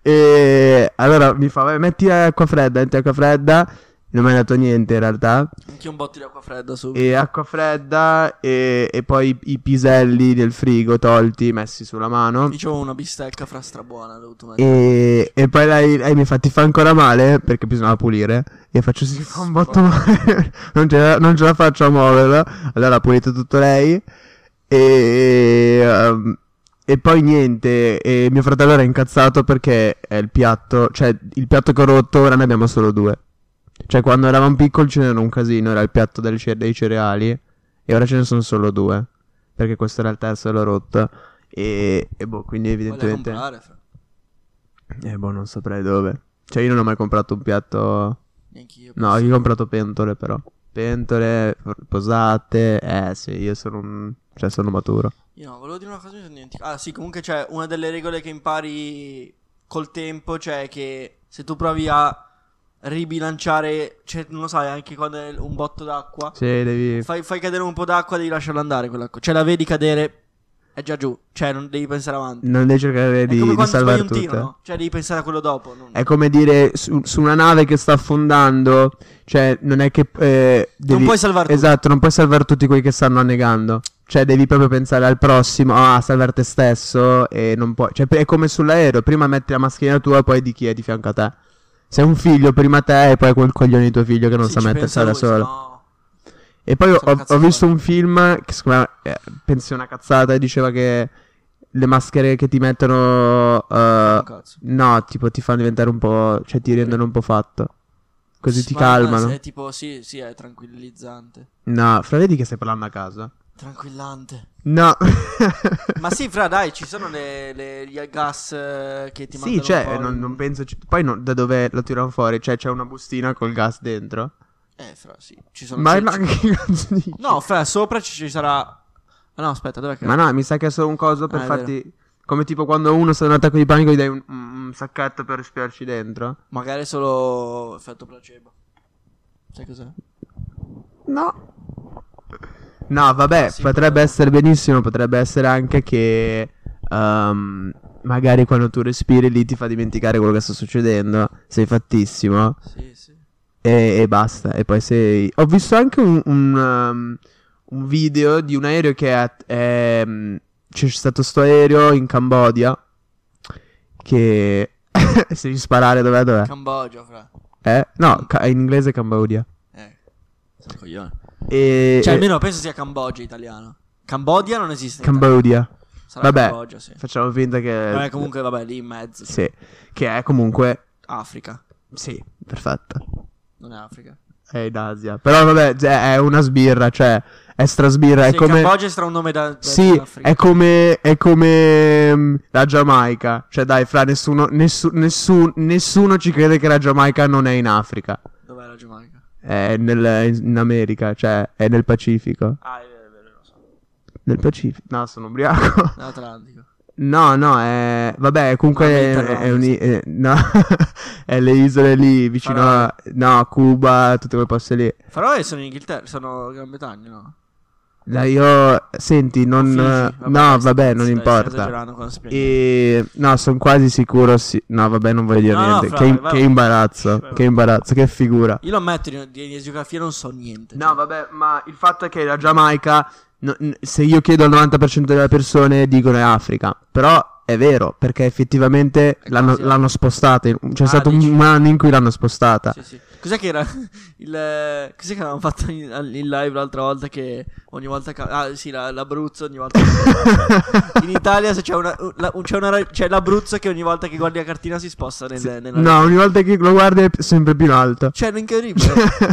e allora mi fa vai metti acqua fredda metti acqua fredda non mi ha detto niente in realtà Anche un botto di acqua fredda su. e acqua fredda e, e poi i, i piselli del frigo tolti, messi sulla mano. Dicevo una bistecca fra strabuona, l'ho dovuto mettere. E, e poi lei, lei mi fa ti fa ancora male perché bisognava pulire e faccio sì fa un botto male *laughs* non, ce la, non ce la faccio a muoverla allora ha pulito tutto lei e, ehm, e poi niente e mio fratello era incazzato perché è il piatto cioè il piatto che ho rotto ora ne abbiamo solo due cioè quando eravamo piccoli ce n'era un casino era il piatto delle cere- dei cereali e ora ce ne sono solo due perché questo era il terzo e l'ho rotto e, e boh quindi Voglio evidentemente comprare, fra. eh boh, non saprei dove. Cioè, io non ho mai comprato un piatto. Neanche io. No, io ho comprato pentole, però. Pentole, for- posate. Eh, sì, io sono un. Cioè, sono maturo. Io no, volevo dire una cosa, mi sono dimenticato. Ah, sì, comunque c'è una delle regole che impari col tempo, cioè che se tu provi a ribilanciare, cioè non lo sai, anche quando è un botto d'acqua, Sì, devi. fai, fai cadere un po' d'acqua, devi lasciarla andare quell'acqua. Cioè la vedi cadere, è già giù, cioè non devi pensare avanti. Non devi cercare è di, come di quando sbagli salvare un tiro, tutto. eh. Ecco, no? Cioè devi pensare a quello dopo. non- È come dire su, su una nave che sta affondando. Cioè, non è che. eh, devi- puoi salvar tutti. Esatto, non puoi salvare tutti quelli che stanno annegando. Cioè, devi proprio pensare al prossimo, a salvare te stesso. E non puoi. Cioè, è come sull'aereo: prima metti la mascherina tua, poi di chi è di fianco a te. Sei un figlio, prima te, e poi quel coglione di tuo figlio che non Sì, sa ci pensa mettersi da lui, solo. no. E poi ho, Sono ho cazzo visto fuori. un film che secondo me eh, pensi una cazzata e diceva che le maschere che ti mettono eh, Un cazzo. no, tipo ti fanno diventare un po', cioè ti rendono un po' fatto. Così ti Ma- calmano. ma È tipo, sì, sì, è tranquillizzante. No, fra vedi che stai parlando a casa. Tranquillante. No. *laughs* Ma sì, fra dai, ci sono le, le- gli gas eh, che ti mandano sì, cioè, un po' non, in- non penso ci- poi no- da dove lo tirano fuori? Cioè c'è una bustina col gas dentro. Eh, fra, sì, ci sono... Ma, sì, ma ci- che cazzo dici? No, fra, sopra ci, ci sarà... Ah, no, aspetta, dov'è che... Ma no, mi sa che è solo un coso per Ah, è farti come tipo quando uno sta in un attacco di panico gli dai un, un sacchetto per respirarci dentro. Magari solo effetto placebo. Sai cos'è? No. No, vabbè, Sì, potrebbe però- essere benissimo, potrebbe essere anche che ehm, magari quando tu respiri lì ti fa dimenticare quello che sta succedendo, sei fattissimo Sì, sì. e, e basta. E poi sei... Ho visto anche un, un, ehm, un video di un aereo che è... mm, ehm, c'è stato sto aereo in Cambodia che... *laughs* Se devi sparare dov'è dov'è? Cambogia, fra. Eh? No, ca- in inglese Cambodia. Eh. Sono un coglione. E... Cioè, e- almeno penso sia Cambogia italiano. Cambodia non esiste. in Cambodia. Italia. Sarà Vabbè. Cambogia, sì. Facciamo finta che... Vabbè, comunque, vabbè, lì in mezzo. sì. Sì. Che è comunque... Africa. Sì, perfetta. Non è Africa. È in Asia. Però vabbè, cioè, è una sbirra, cioè... È strasbirra, Sì, è come... Cambogia sarà un nome da, da Sì, Africa. è come, è come mm, la Giamaica. Cioè, dai, fra nessuno, nessu- nessun- nessuno ci crede che la Giamaica non è in Africa. Dov'è la Giamaica? È nel- in America, cioè, è nel Pacifico. Ah, è vero, non lo so. Nel Pacifico. No, sono ubriaco. *laughs* L'Atlantico. No, no, è... Vabbè, comunque No, è, Mediterraneo, è un- sì. è- no, *laughs* è le isole lì, vicino a... No, Cuba, tutti quei posti lì. Però sono in Inghilterra, sono Gran Bretagna, no? Dai, io... Senti, non... eh, Figi, no, sto- vabbè, sto- non sto importa. esagerando quando si prende. E no, sono quasi sicuro. Sì. No, vabbè, non voglio dire No, no, niente. fra, che, vai, vai. che imbarazzo, Vai, vai. che imbarazzo, che figura. Io lo ammetto, di, di, di geografia non so niente. No, vabbè, ma il fatto è che la Giamaica, no- n- se io chiedo al 90% delle persone, dicono è Africa. Però è vero, perché effettivamente È l'hanno, quasi- l'hanno spostata. in- C'è Ah, stato un, dici. un anno in cui l'hanno spostata. Sì, sì. Cos'è che era *laughs* il... eh, Cos'è che avevamo fatto in, al- in live l'altra volta che ogni volta... ca- Ah, sì, la- l'Abruzzo ogni volta... *laughs* in Italia se c'è, una, la- un- c'è, una ra- c'è l'Abruzzo che ogni volta che guardi la cartina si sposta nel, nella... No, ogni volta che lo guardi è p- sempre più in alto. Cioè, non *laughs* incredibile.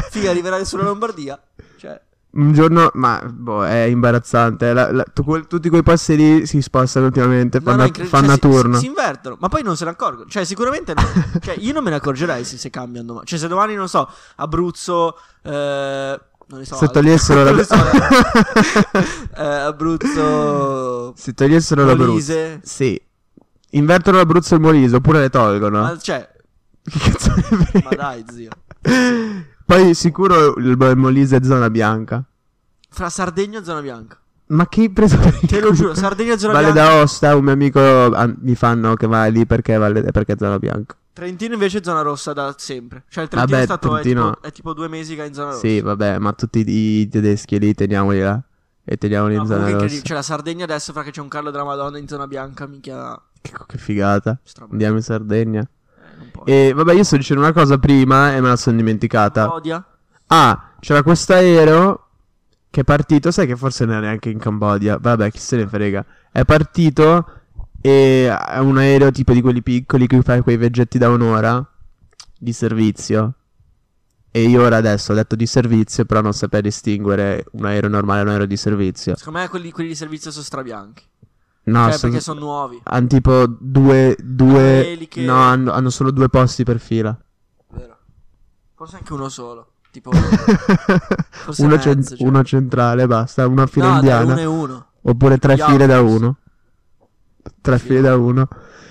Figa, arriverà sulla Lombardia. Cioè... Un giorno, ma boh, è imbarazzante. La- la- tu- quel- tutti quei posti lì si spostano ultimamente. No, fanno, no, a- incredibile. Cioè, fanno a si- turno. Si, si invertono, ma poi non se ne accorgono. Cioè, sicuramente *laughs* no. Cioè, io non me ne accorgerei se, se cambiano domani. Cioè, se domani, non so, Abruzzo. eh, non ne so. Se togliessero altro. la- *laughs* Non ne so, eh, Abruzzo. Se togliessero l'Abruzzo. Molise. Sì. Invertono l'Abruzzo e il Molise oppure le tolgono. Ma, cioè, *laughs* Che cazzo ne frega? ma dai, zio. Poi sicuro il il Molise è zona bianca. Fra Sardegna e zona bianca. Ma che preso per il Te lo culo? giuro, Sardegna e zona Valle bianca. d'Aosta, un mio amico ah, mi fanno che va lì perché, Valle- perché è zona bianca. Trentino invece è zona rossa da sempre. Cioè, il Trentino Vabbè, è stato. è Trentino- tipo- È, tipo, due mesi che è in zona rossa. Sì, vabbè, ma tutti i i tedeschi lì teniamoli là. E teniamoli No, in comunque zona incredibile. rossa. Cioè, la Sardegna adesso, fra che c'è un Carlo della Madonna in zona bianca, minchia. Che, che figata. Strabello. Andiamo in Sardegna. Eh, non può. E vabbè, io sto dicendo una cosa prima e me la sono dimenticata. Cambodia? Ah, c'era questo aereo che è partito, sai che forse non era neanche in Cambodia, vabbè, chi se ne frega. È partito e è un aereo tipo di quelli piccoli che fai quei veggetti da un'ora di servizio. E io ora adesso ho detto di servizio, però non saprei distinguere un aereo normale e un aereo di servizio. Secondo me quelli, quelli di servizio sono strabianchi. No, cioè, son- perché sono nuovi. hanno tipo due, Due due, eliche. no, hanno, hanno solo due posti per fila. Vero. Forse anche uno solo. *laughs* Tipo. uno, mezzo, cen- Oh. cioè. uno centrale, basta, una fila no, dai, indiana. uno e uno. Oppure tre Gli file da autobus. uno. Tre File. file da uno.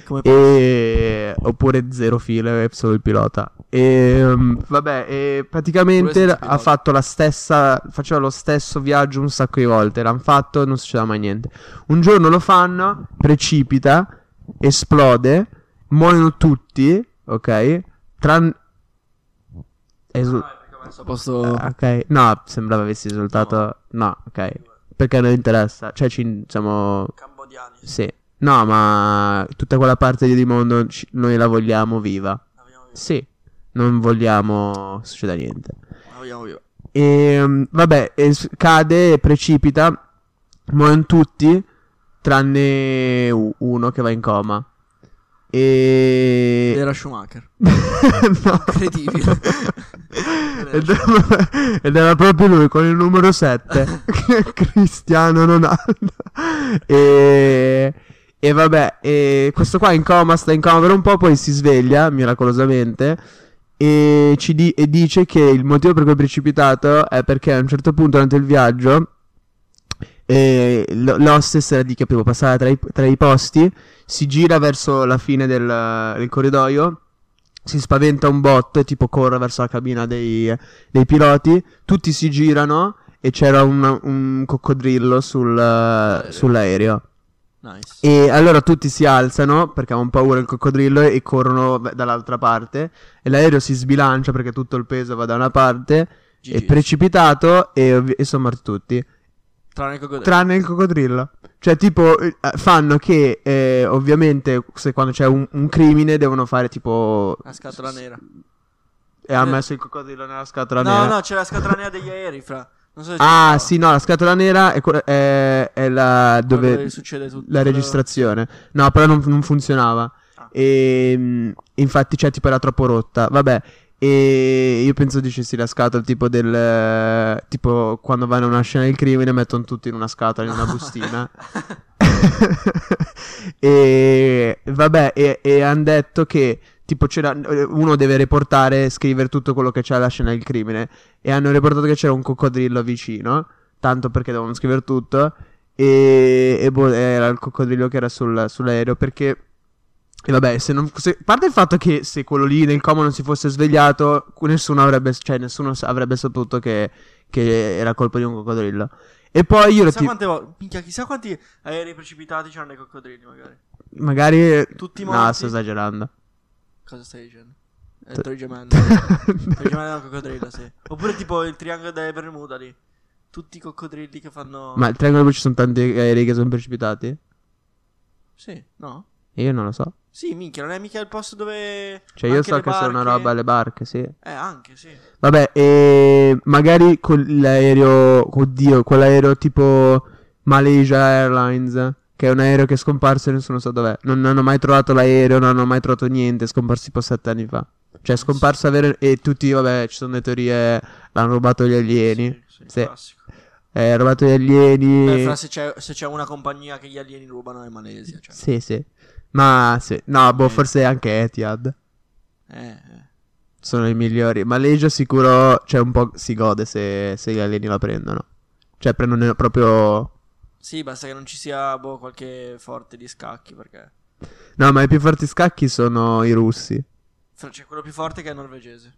Come E... Oppure zero file, è solo il pilota. E ehm, vabbè, e praticamente Oppure senza ha pilota. fatto la stessa. Faceva lo stesso viaggio un sacco di volte. L'hanno fatto e non succedeva mai niente. Un giorno lo fanno, precipita, esplode, muoiono tutti, ok? Tranne. Esu- Ah, posso. Ah, Ok, no, sembrava avessi esultato. No, ok. Perché non interessa. Cioè, ci, diciamo. Cambodiani. Sì. No, ma tutta quella parte di mondo ci- noi la vogliamo viva. Abbiamo vivo. Sì. Non vogliamo succeda niente. Abbiamo vivo. E mm, vabbè, e s- cade, precipita. Muoiono tutti. Tranne u- uno che va in coma. E. Era Schumacher. No. Incredibile. *laughs* Ed era, ed era proprio lui con il numero 7 Cristiano Ronaldo e, e vabbè e questo qua è in coma sta in coma per un po' poi si sveglia miracolosamente e, ci di- e dice che il motivo per cui è precipitato è perché a un certo punto durante il viaggio eh, l- l'hostess era lì che potevo passare tra i, tra i posti si gira verso la fine del, del corridoio si spaventa un botto e tipo corre verso la cabina dei, dei piloti. Tutti si girano e c'era un, un coccodrillo sul, sull'aereo. Nice. E allora tutti si alzano perché avevano paura del coccodrillo e corrono v- dall'altra parte. E l'aereo si sbilancia perché tutto il peso va da una parte. È GG. precipitato e, ovvi- e sono morti tutti. Tranne il coccodrillo. Tranne il coccodrillo. Cioè, tipo, eh, fanno che eh, ovviamente se quando c'è un, un crimine devono fare tipo. La scatola nera. E ha messo il coccodrillo nella scatola no, nera. no, c'è la scatola nera degli aerei, fra. Non so se ci Ah, pensavo. sì, no, la scatola nera è, que- è- è la Quello dove succede tutto. la registrazione. No, però non, non funzionava. Ah. E mh, infatti, cioè, tipo, era troppo rotta. Vabbè. E io penso dicessi la scatola tipo del eh, tipo quando vanno a una scena del crimine mettono tutti in una scatola, in *laughs* una bustina. *laughs* e vabbè, e, hanno detto che tipo c'era uno deve reportare, scrivere tutto quello che c'è alla scena del crimine e hanno riportato che c'era un coccodrillo vicino, tanto perché devono scrivere tutto e, e boh, era il coccodrillo che era sul- sull'aereo perché e vabbè, se non, se- a parte il fatto che se quello lì nel coma non si fosse svegliato, cu- nessuno avrebbe, cioè, nessuno sa- avrebbe saputo che, che era colpa di un coccodrillo. E poi io lo Chissà ti, quante volte. Minchia, chissà quanti aerei precipitati c'erano dei coccodrilli, magari. magari... Tutti no, morti? sto esagerando. Cosa stai dicendo? Eh, T- *laughs* Torrigemelli. Torrigemelli è un coccodrillo, sì. Oppure tipo il triangolo delle Bermuda lì. Tutti i coccodrilli che fanno. Ma il triangolo ci sono tanti aerei che sono precipitati? Sì, no? Io non lo so. Sì, minchia, non è mica il posto dove. Cioè, io anche so le che sono una barche- roba alle barche, sì. Eh, anche, sì. Vabbè, e magari con l'aereo, oddio, quell'aereo tipo Malaysia Airlines, che è un aereo che è scomparso e nessuno sa dov'è. Non, non ho mai trovato l'aereo, non ho mai trovato niente, è scomparso tipo sette anni fa. Cioè, è scomparso aereo e tutti, vabbè, ci sono le teorie, l'hanno rubato gli alieni. Sì, sì, Sì. classico. Eh, rubato gli alieni. Beh, fra se c'è, se c'è una compagnia che gli alieni rubano è Malesia. Cioè. Sì, sì. Ma sì, no, boh, Eh. forse anche Etihad. Eh, eh. Sono i migliori. Malaysia sicuro, cioè, un po' si gode se, se gli alieni la prendono. Cioè, prendono proprio... Sì, basta che non ci sia boh, qualche forte di scacchi perché. No, ma i più forti scacchi sono i russi. Fra- C'è quello più forte che è norvegese.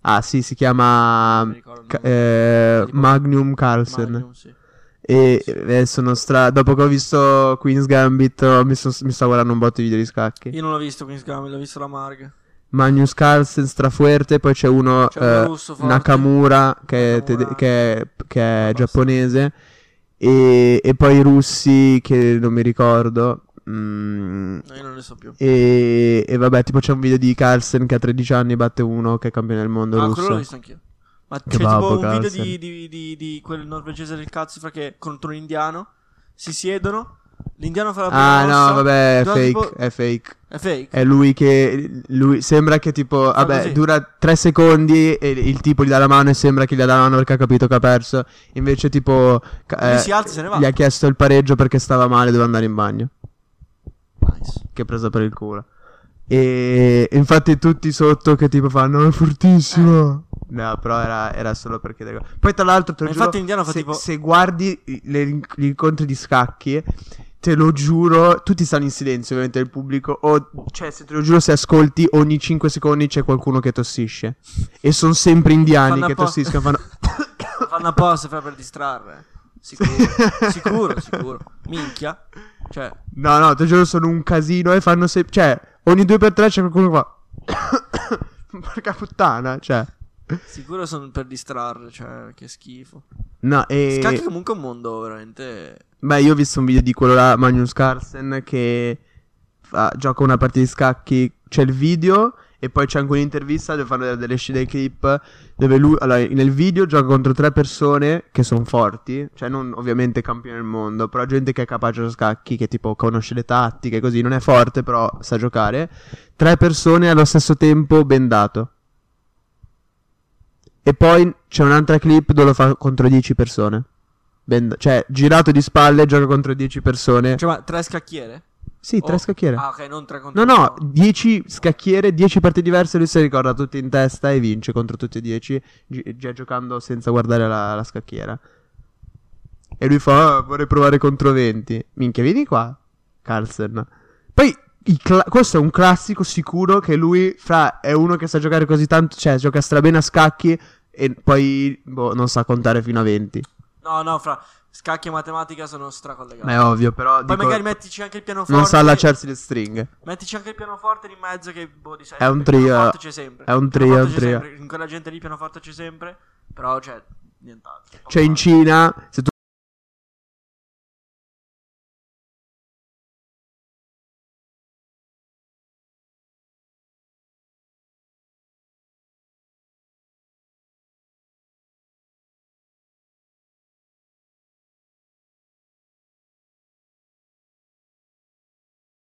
Ah, sì, si chiama Non mi ricordo il Ah, ca- nome. eh, Tipo- Magnum Carlsen. Magnum, sì. E eh, sono stra. Dopo che ho visto Queen's Gambit, ho- mi, son- mi sto guardando un botto di video di scacchi. Io non l'ho visto Queen's Gambit, l'ho visto la Marg. Magnus Carlsen, strafuerte. Poi c'è uno, C'è uno eh, russo forte. Nakamura, che è, tede- Nakamura. che è- che è Basta. giapponese. E, e poi i russi, che non mi ricordo. Mm, No, io non ne so più. E, e vabbè, tipo c'è un video di Carlsen che a 13 anni batte uno che è campione del mondo Ah, quello l'ho russo. visto anch'io. Ma Che c'è tipo babbo, un video Carlsen. di, di, di, di quel norvegese del cazzo fra che contro un indiano. Si siedono. L'indiano fa la prima Ah, mossa, no, vabbè, Eh, è No, fake, tipo- è fake. È fake. È lui che. Lui, sembra che tipo. vabbè, così. dura 3 secondi e il tipo gli dà la mano e sembra che gli dà la mano perché ha capito che ha perso. Invece, tipo. ca- Lui eh, si alza e se ne va. Gli ha chiesto il pareggio perché stava male, doveva andare in bagno. Nice. Che è presa per il culo. E infatti tutti sotto che tipo fanno è fortissimo. No, però era, era solo perché. Poi tra l'altro, te lo Eh. Ma giuro, infatti l'indiano fa se, tipo- se guardi i- le rin- gli incontri di scacchi, te lo giuro, tutti stanno in silenzio, ovviamente il pubblico. O, cioè, se te lo giuro, se ascolti ogni 5 secondi c'è qualcuno che tossisce. E sono sempre indiani Fanno che apposta. tossiscono. Fanno... Lo *coughs* fanno apposta fra per distrarre. Sicuro, *laughs* *laughs* sicuro, sicuro. Minchia. Cioè, No, no, te lo giuro, sono un casino e fanno sempre. Cioè, ogni 2x3 c'è qualcuno qua. *coughs* Porca puttana, cioè. sicuro sono per distrarre, cioè, che schifo. No, e... Scacchi comunque è un mondo veramente... Beh, io ho visto un video di quello là, Magnus Carlsen, che fa- gioca una partita di scacchi. C'è il video e poi c'è anche un'intervista dove fanno vedere delle scene dei clip. Dove lui, allora, nel video gioca contro tre persone che sono forti, cioè non ovviamente campioni del mondo, però gente che è capace a scacchi, che tipo conosce le tattiche, così. Non è forte, però sa giocare. Tre persone allo stesso tempo bendato. E poi c'è un'altra clip dove lo fa contro 10 persone. Ben- cioè, girato di spalle, gioca contro 10 persone. Cioè, ma tre scacchiere? Eh. Sì, tre Oh. scacchiere. Ah, ok, non tre contro no, no, uno. 10 scacchiere, 10 parti diverse. Lui si ricorda tutti in testa e vince contro tutti e 10. gi- già giocando senza guardare la, la scacchiera. E lui fa: "Ah, Vorrei provare contro 20. Minchia, vieni qua, Carlsen. Poi. i cla- questo è un classico sicuro che lui fra è uno che sa giocare così tanto, cioè gioca strabene a scacchi e poi boh, non sa contare fino a 20. No, no, fra scacchi e matematica sono stracollegati. Ma è ovvio, però Poi dico, magari mettici anche il pianoforte. non sa allacciarsi le stringhe. Mettici anche il pianoforte lì in mezzo che boh, di È un sempre, Il trio, pianoforte c'è sempre. è un Il trio, pianoforte è un c'è trio. sempre, In quella gente lì il pianoforte c'è sempre, però cioè nient'altro. Cioè in Cina, se tu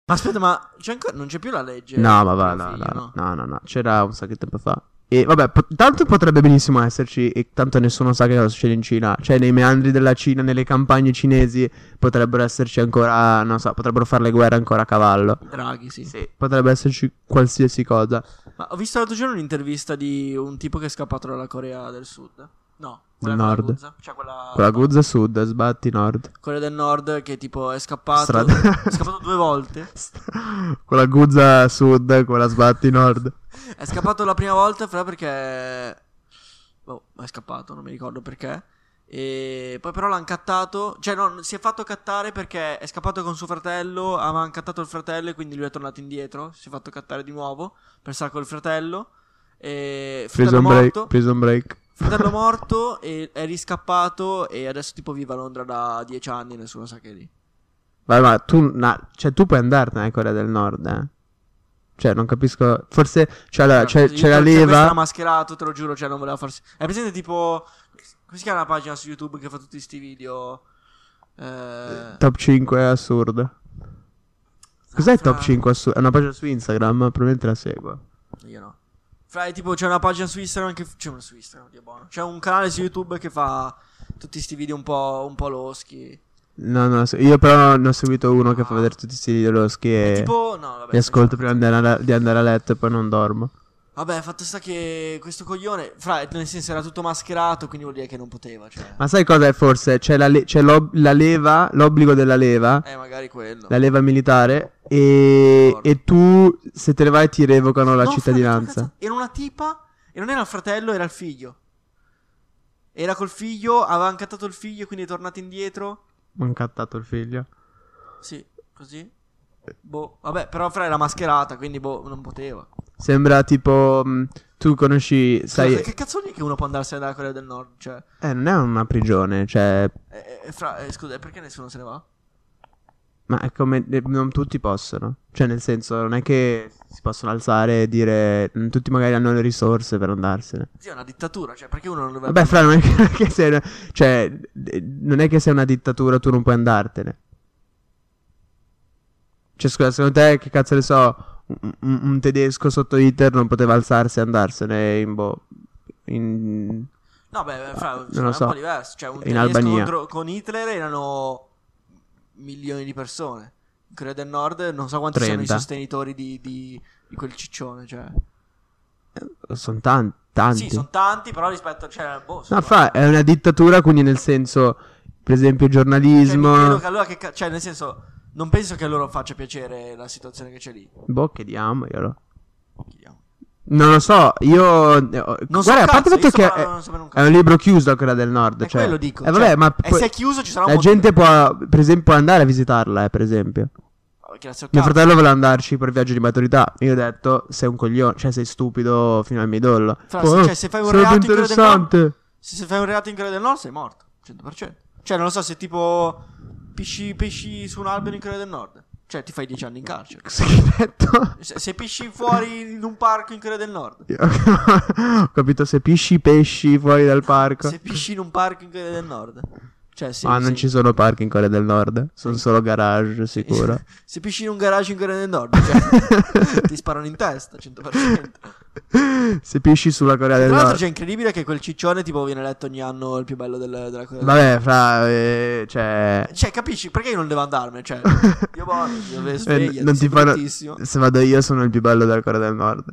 Ma aspetta, ma c'è ancora... non c'è più la legge? No, ma va, no, Pedofili, no, no, no, no, c'era un sacco di tempo fa. E vabbè, po- tanto potrebbe benissimo esserci, e tanto nessuno sa che cosa succede in Cina. Cioè, nei meandri della Cina, nelle campagne cinesi, potrebbero esserci ancora, non so, potrebbero fare le guerre ancora a cavallo. Draghi, sì. Potrebbe esserci qualsiasi cosa. Ma ho visto l'altro giorno un'intervista di un tipo che è scappato dalla Corea del Sud. No, quella con Del la Nord. guzza. Cioè quella... Con la guzza sud, sbatti nord. *laughs* Corea del Nord che tipo è scappato... Strada- È scappato due *laughs* volte. Con la guzza sud, con la sbatti nord. È scappato la prima volta, fra perché... Boh, è scappato, non mi ricordo perché. E poi però l'hanno cattato, cioè no, si è fatto cattare perché è scappato con suo fratello, avevano cattato il fratello e quindi lui è tornato indietro, si è fatto cattare di nuovo per stare col fratello. E fratello Prison break, morto, prison break. fratello morto e è riscappato e adesso tipo vive a Londra da dieci anni, nessuno sa che è lì. Ma, ma tu, na- cioè, tu puoi andartene in Corea del Nord, eh? Cioè, non capisco. Forse c'è la, Eh, c'è, Io- cioè, c'è la questo era leva. mascherato, te lo giuro, cioè non voleva farsi. È presente tipo. Come si chiama la pagina su YouTube che fa tutti questi video? Eh, Top 5 è assurdo. Cos'è fra- top 5 assurdo? È una pagina su Instagram, probabilmente la seguo. Io no. Fra, è tipo, c'è una pagina su Instagram che. C'è una su Instagram, Dio buono. C'è un canale su YouTube che fa tutti questi video un po', un po loschi. No, no, se- io però ne ho seguito uno che fa Ah. vedere tutti questi video loschi e Tipo, no, vabbè. li Eh, ascolto prima di andare, a, di andare a letto e poi non dormo. Vabbè, fatto sta che questo coglione. Fra, nel senso, era tutto mascherato, quindi vuol dire che non poteva. Cioè. Ma sai cosa è forse? C'è la, le- c'è l'ob- la leva, l'obbligo della leva, Eh, magari quello. la leva militare e, D'accordo. e tu se te ne vai ti revocano la No, fra, cittadinanza. cazzo, Era una tipa e non era il fratello, era il figlio. Era col figlio, aveva incattato il figlio, quindi è tornato indietro. Mi ha incattato il figlio. Sì, così. Boh, vabbè, però fra era mascherata, quindi boh, non poteva. Sembra tipo. mh, tu conosci. Sai. Scusa, Che cazzo vuol dire che uno può andarsene dalla Corea del Nord? Cioè, Eh, non è una prigione, cioè. eh, eh, fra, eh, scusa, perché nessuno se ne va? Ma è come. eh, Non tutti possono. Cioè, nel senso, non è che si possono alzare e dire. "Mm, Tutti magari hanno le risorse per andarsene. Sì, è una dittatura, cioè, perché uno non dovrebbe... Vabbè, fra, non è che, *laughs* non è che sei. una- Cioè, eh, non è che sei una dittatura, tu non puoi andartene. Cioè, scusa, secondo te, che cazzo ne so. Un, un- un tedesco sotto Hitler non poteva alzarsi e andarsene in. Boh. In. No, beh, fra, Non lo era so. un po' diverso. Cioè, un In tedesco Albania. contro- con Hitler erano milioni di persone. In Corea del Nord non so quanti sono i 30. sostenitori di, di- di quel ciccione, cioè. Sono tan- tanti. Sì, sono tanti, però rispetto... Cioè, boh, No, sono- fa, è una dittatura, quindi nel senso, per esempio, il cioè, mi chiedo giornalismo... che allora che ca- Cioè, nel senso, non penso che a loro faccia piacere la situazione che c'è lì. Boh, chiediamoglielo. Chiediamo. Non lo so, io... eh, oh, Guarda, Non so a parte cazzo, il fatto io sto che è, parlando, non so per un è un libro chiuso quella del nord. È cioè. quello dico. Eh, vabbè, cioè, ma... E poi- se è chiuso ci sarà un la motivo. gente può, per esempio, può andare a visitarla, eh, per esempio. Grazie al Mio cazzo. fratello voleva andarci per viaggio di maturità. Io ho detto, sei un coglione, cioè sei stupido fino al midollo. Fra, Poi, se- "Oh, cioè, se fai un sarebbe reato in Corea del Nord- *laughs* interessante. Se, se fai un reato in Corea del Nord sei morto, 100%. Cioè, non lo so, se tipo pesci, pesci su un albero in Corea del Nord, cioè ti fai 10 anni in carcere. Cosa hai detto? Se, se pesci fuori in un parco in Corea del Nord, Io- ho capito se pisci pesci fuori dal parco. se pesci in un parco in Corea del Nord, cioè se, Ma Ecco. Ah, non se- ci sono parchi in Corea del Nord, sono solo garage sicuro. *laughs* se pesci in un garage in Corea del Nord, *laughs* cioè, ti sparano in testa, 100%. se pisci sulla Corea del Tra l'altro, Nord. c'è incredibile che quel ciccione tipo viene eletto ogni anno il più bello del- della Corea del Nord. Vabbè, fra eh, cioè Cioè, capisci? Perché io non devo andarmene? *laughs* Cioè, io voglio, eh, svegliati, non ti sei fanno bruttissimo. se vado io sono il più bello della Corea del Nord.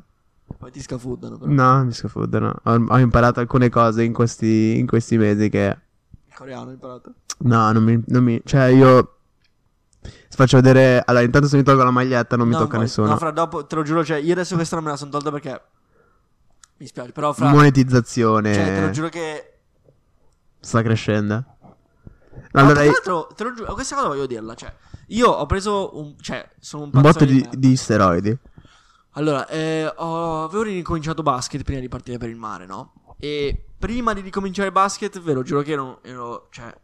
Poi ti scafuddano, però. No, mi scafuddano. Ho, ho imparato alcune cose in questi, in questi mesi che Il coreano ho imparato. no, non mi, non mi- cioè io faccio vedere allora intanto se mi tolgo la maglietta non mi No, tocca poi- nessuno. No, fra dopo, te lo giuro, cioè, io adesso questa non me la sono tolta perché... Mi spiace, però fra... Monetizzazione Cioè, te lo giuro che... sta crescendo. Ma Allora, tra io- l'altro, te lo giuro, questa cosa voglio dirla, cioè... Io ho preso un... Cioè, sono un un pazzone botto di di, merda. di steroidi. Allora, eh, ho- avevo ricominciato basket prima di partire per il mare, no? E prima di ricominciare basket, ve lo giuro che ero... ero cioè...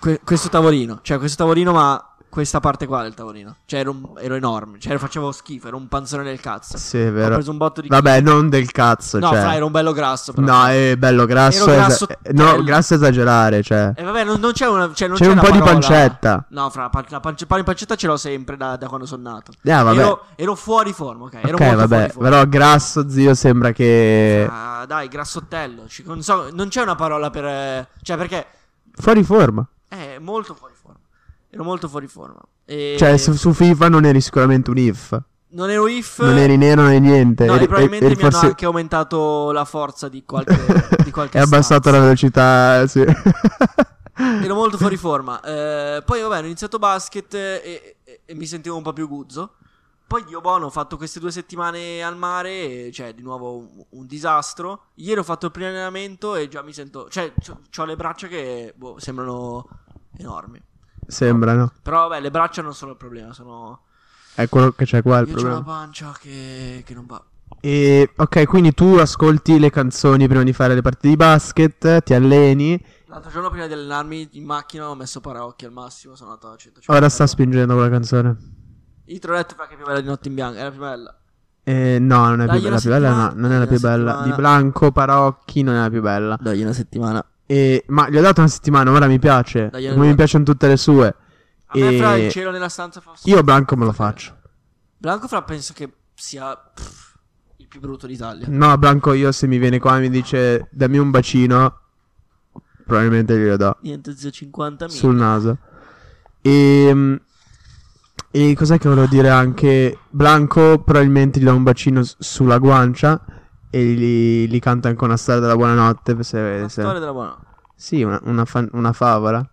que- questo tavolino, cioè questo tavolino ma... questa parte qua del tavolino. Cioè, ero, un- ero enorme. Cioè, facevo schifo. Ero un panzone del cazzo. Sì, è Ho vero. preso un botto di. Vabbè, non del cazzo, no, cioè. fra, ero un bello grasso. Però. No, è bello grasso. Ero es- grasso eh, no, bello. grasso esagerare, cioè. E Eh, vabbè, non, non c'è una. Cioè, non C'è un la po' di parola- pancetta. No, fra, pa- la pancetta, pancetta ce l'ho sempre da, da quando sono nato. Eh, vabbè. Ero, ero fuori forma, ok? Ero ok, molto vabbè, fuori forma. però grasso zio sembra che Ah, dai, grassottello. ci- non, so- non c'è una parola per. eh, Cioè, perché. fuori forma. Eh, molto fuori forma. Ero molto fuori forma. E Cioè, su, su FIFA non eri sicuramente un if. Non ero if. Non eri nero né niente. No, eri, e probabilmente eri mi forse- hanno anche aumentato la forza di qualche. *laughs* di qualche È abbassata la stanza. velocità, sì. *laughs* Ero molto fuori forma. Eh, poi, vabbè, ho iniziato basket eh, e, e- e mi sentivo un po' più guzzo. Poi, Dio buono, ho fatto queste due settimane al mare, e, cioè, di nuovo un, un disastro. Ieri ho fatto il primo allenamento e già mi sento. Cioè, ho le braccia che boh, sembrano enormi. Sembra, no? Però, vabbè, le braccia non sono il problema, sono. È quello che c'è qua il Io ho problema. una pancia che, che non va. E, ok, quindi tu ascolti le canzoni prima di fare le partite di basket, ti alleni, L'altro giorno prima di allenarmi in macchina ho messo paraocchi al massimo, sono andato a 150. ora sta spingendo quella canzone. Il troletto fa che è più bella di notte in bianco, è la più bella. Eh, no, non è Dagli più bella, una più bella no, settimana, non è la dagli più una bella. Di settimana. Blanco, Paraocchi, non è la più bella. Dagli una settimana. A E- ma gli ho dato una settimana, ora mi piace, Dagli come mi una- piacciono tutte le sue. me E- fra il cielo nella stanza fa... Io Blanco me lo faccio. Blanco fra penso che sia pff, il più brutto d'Italia. No, Blanco, io se mi viene qua e mi dice dammi un bacino, probabilmente glielo do. Niente, zio 50.000. sul naso. E, e cos'è che volevo dire anche? Blanco probabilmente gli dà un bacino s- sulla guancia e gli, gli canta anche una storia della buonanotte. Se, La se- storia della buona... Sì, una, una fan- una favola.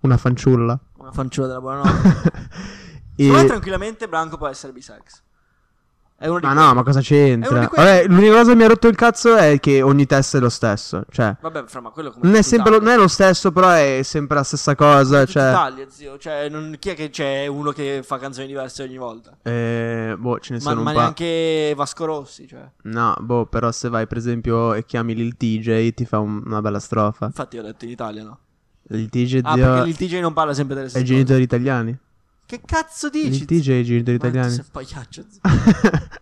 Una fanciulla. *laughs* Una fanciulla della buonanotte. E- Secondo me tranquillamente Blanco può essere bisex. È uno di ma quelli- no, ma cosa È uno c'entra? di quelli- Vabbè, l'unica cosa che mi ha rotto il cazzo è che ogni test è lo stesso. Cioè, Vabbè, fra, ma quello come... non è, tutti sempre lo, Italia. non è lo stesso, però è sempre la stessa cosa. Tutti Cioè, Italia, zio. Cioè, non- chi è che c'è uno che fa canzoni diverse ogni volta? eh, boh, ce ne Ma, sono ma un po'. neanche Vasco Rossi, cioè. No, boh, però se vai per esempio e chiami Lil TJ ti fa un- una bella strofa. Infatti ho detto in Italia, no? Lil TJ Ah, zio, perché il TJ non parla sempre delle è i stesse cose. genitori italiani. Che cazzo dici? Lil TJ è i genitori Ma tu italiani. sei un pagliaccio, zio. *laughs*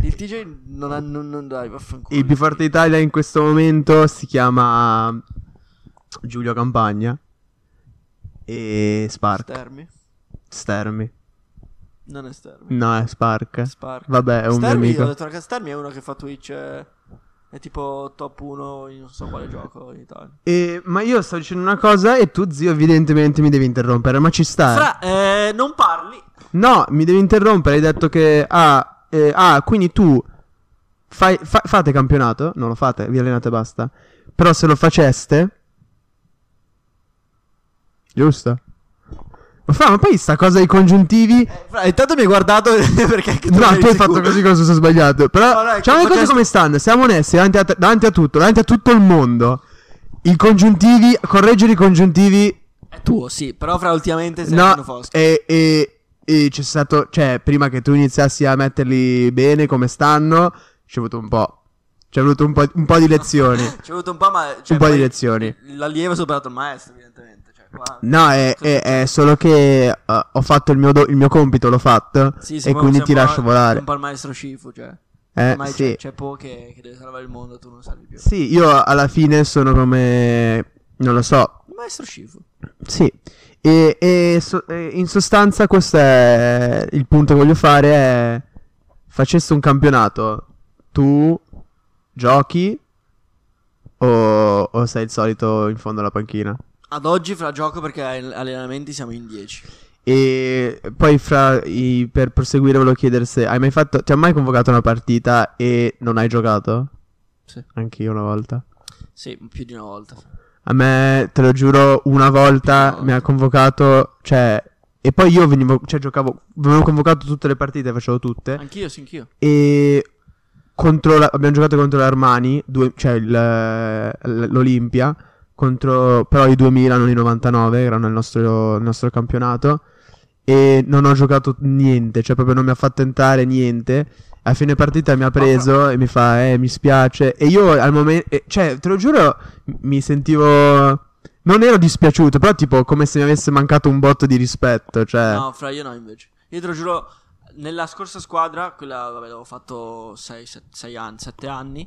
Il TJ non ha... Non, non dai, vaffanculo. Il più forte d'Italia in questo momento si chiama Giulio Campagna e Spark. Stermi? Stermi. Non è Stermi. No, è Spark. Spark. Vabbè, è un mio Stermi, ho amico. detto una cosa, Stermi è uno che fa Twitch... eh, è tipo top 1 in non so quale gioco in Italia. E- ma io sto dicendo una cosa e tu zio evidentemente mi devi interrompere, ma ci sta. Fra, eh, non parli. No, mi devi interrompere. Hai detto che. Ah, eh, ah quindi tu. fai- fa- fate campionato? Non lo fate, vi allenate e basta. Però se lo faceste. Giusto? Ma, fra, ma poi sta cosa dei congiuntivi. Fra, intanto mi hai guardato *laughs* perché... No, tu hai fatto così cosa sono sbagliato. Però No, no, è diciamo le che cose facessi- come stanno. Siamo onesti davanti a, davanti a tutto, davanti a tutto il mondo. I congiuntivi, correggere i congiuntivi È tuo, sì, però fra ultimamente sei No, uno fosco. e, e- e c'è stato, cioè, prima che tu iniziassi a metterli bene come stanno, ci è voluto un po'. Ci è voluto un po', un po' di *laughs* lezioni. Ci è voluto un po', ma... cioè, Un po' di poi lezioni. L'allievo ha superato il maestro, evidentemente. Cioè, qua... No, è, è- è solo che eh, ho fatto il mio, do- il mio compito, l'ho fatto. Sì, sì, e ma quindi sei ti un po' lascio volare. Un po' il maestro Shifu, cioè. Eh, Ormai sì. c'è, c'è Po che, che deve salvare il mondo, tu non salvi più. Sì, io alla fine sono come. Non lo so. Il maestro Shifu. Sì. E, e so- e in sostanza, questo è il punto che voglio fare. È facesse un campionato, tu giochi o, o sei il solito in fondo alla panchina? Ad oggi fra gioco perché ai- allenamenti siamo in 10. E poi fra i- per proseguire volevo chiedere se hai mai fatto, ti ha mai convocato una partita e non hai giocato? Sì. Anch'io una volta. Sì, più di una volta. A me, te lo giuro, una volta No. mi ha convocato, cioè, e poi io venivo, cioè, giocavo, avevo convocato tutte le partite, facevo tutte, Anch'io, sì, anch'io. e contro la- abbiamo giocato contro l'Armani, due- cioè il, l- l'Olimpia, contro però i 2000, non i 99, erano il nostro, il nostro campionato, e non ho giocato niente, cioè proprio non mi ha fatto entrare niente. A fine partita mi ha preso e mi fa, eh, mi spiace. E io al momento, cioè, te lo giuro, m- mi sentivo... Non ero dispiaciuto, però tipo come se mi avesse mancato un botto di rispetto, cioè... No, fra io no, invece. Io te lo giuro, nella scorsa squadra, quella, vabbè, avevo fatto 6 anni, 7 anni,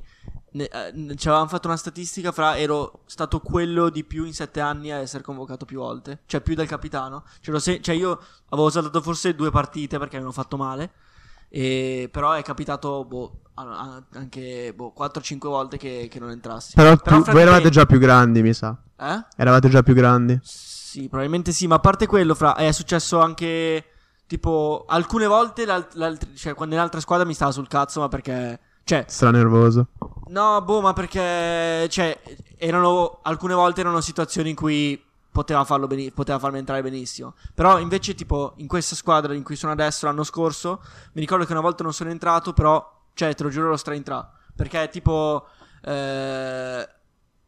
ne- eh, ne- ci avevamo fatto una statistica fra ero stato quello di più in 7 anni a essere convocato più volte, cioè più del capitano. Cioè, lo se- cioè, io avevo saltato forse due partite perché mi hanno fatto male, e- però è capitato boh, a- a- anche boh, 4-5 volte che, che non entrassi. Però, Però tu- fra voi di eravate te- già più grandi, mi sa. Eh? Eravate già più grandi. Sì, probabilmente sì, ma a parte quello, fra, è successo anche tipo alcune volte l'alt- l'alt- cioè, quando nell'altra squadra mi stava sul cazzo, ma perché cioè, Stra nervoso. no, boh, ma perché cioè erano alcune volte erano situazioni in cui poteva farlo beni- poteva farmi entrare benissimo. Però invece tipo in questa squadra in cui sono adesso l'anno scorso, mi ricordo che una volta non sono entrato, però cioè, te lo giuro, ero straentrato, perché tipo eh,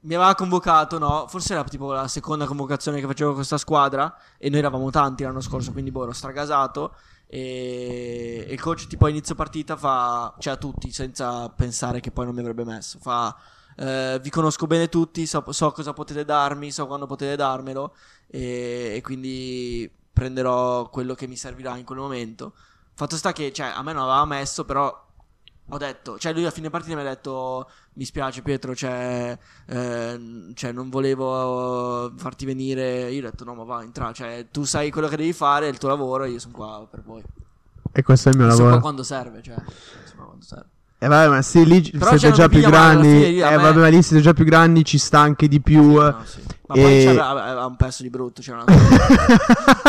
mi aveva convocato, no? Forse era tipo la seconda convocazione che facevo con questa squadra e noi eravamo tanti l'anno scorso, quindi boh, ero stragasato e, e il coach tipo a inizio partita fa, cioè a tutti, senza pensare che poi non mi avrebbe messo, fa eh, vi conosco bene tutti, so, so cosa potete darmi, so quando potete darmelo e, e quindi prenderò quello che mi servirà in quel momento. Fatto sta che, cioè, a me non aveva messo, però ho detto, cioè lui a fine partita mi ha detto mi spiace Pietro, cioè, eh, cioè, non volevo eh, farti venire. Io ho detto no, ma va, entra, cioè tu sai quello che devi fare, è il tuo lavoro, io sono qua per voi. E questo è il mio Sono qua lavoro. quando serve, cioè, sono qua quando serve. E vabbè, ma se lì Però siete c'erano già più piglia, ma alla grandi. fine io- a eh, me- vabbè, ma lì siete già più grandi, ci sta anche di più. eh. No, sì. Ma poi E- c'era aveva un perso di brutto, c'era una *laughs*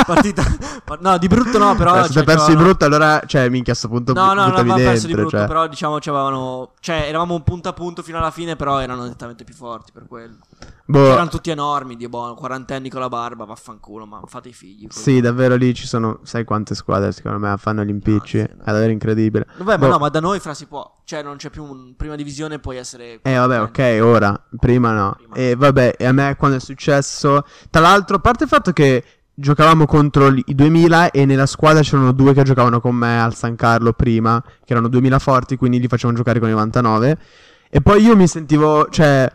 partita. *laughs* par- No, di brutto no, però. Beh, Eh, se cioè, siete persi di c'erano- brutto, allora, cioè, minchia, a sto punto No, no, non buttavi avevamo perso di dentro, brutto, cioè. però diciamo c'avevano. Cioè, eravamo un punto a punto fino alla fine, però erano nettamente più forti per quello. Boh, Erano tutti enormi, Dio buono, quarantenni con la barba, vaffanculo, ma fate i figli. quello. sì, davvero lì ci sono, sai quante squadre, secondo me, fanno gli impicci. No, sì, no. È davvero incredibile. Vabbè, Boh. ma no, ma da noi fra si può. Cioè, non c'è più un prima divisione, puoi essere. Eh vabbè, ok, ora, prima no. Prima. E vabbè, e a me quando è successo, tra l'altro, a parte il fatto che giocavamo contro l- i 2000 e nella squadra c'erano due che giocavano con me al San Carlo prima, che erano 2000 forti, quindi li facevano giocare con i 99. E poi io mi sentivo, cioè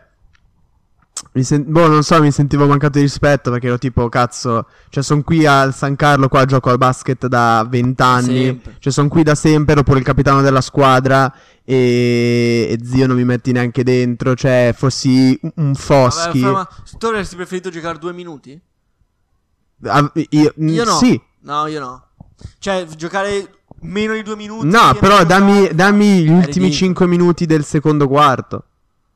mi sen- boh, non so, mi sentivo mancato di rispetto perché ero tipo, cazzo, cioè sono qui al San Carlo, qua gioco al basket da 20 anni, Sempre. cioè sono qui da sempre, oppure il capitano della squadra e, e zio non mi metti neanche dentro, cioè fossi un- un Vabbè, foschi. fra, ma tu avresti preferito giocare due minuti? Ah, io, mm, Io no. Sì, No, io no. Cioè, giocare meno di due minuti. no, però dammi, dammi gli È ultimi ridicolo. 5 minuti del secondo quarto.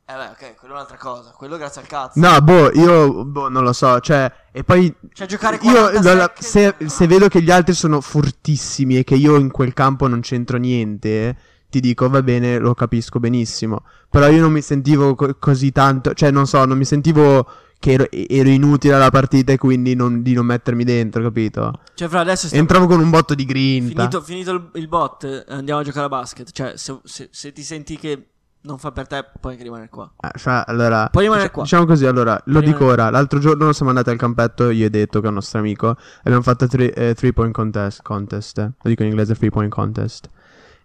Eh, beh, ok, quello è un'altra cosa. Quello grazie al cazzo. No, boh, io boh, non lo so, cioè, e poi Cioè, giocare io 40 allora, secche- se, se vedo che gli altri sono fortissimi e che io in quel campo non c'entro niente, eh, ti dico va bene, lo capisco benissimo, però io non mi sentivo co- così tanto, cioè non so, non mi sentivo che ero, ero inutile alla partita e quindi non- di non mettermi dentro, capito? Cioè, fra adesso stiamo Entravo con un botto di grinta. Finito, finito il, il bot, eh, andiamo a giocare a basket. Cioè, se, se- se ti senti che non fa per te, puoi anche rimanere qua. Ah, cioè, allora, Puoi rimanere dic- qua. diciamo così, allora, lo rimanere dico ora. L'altro giorno siamo andati al campetto, io e Detto, che è un nostro amico, e abbiamo fatto tre- eh, three point contest, contest, eh. Lo dico in inglese three point contest.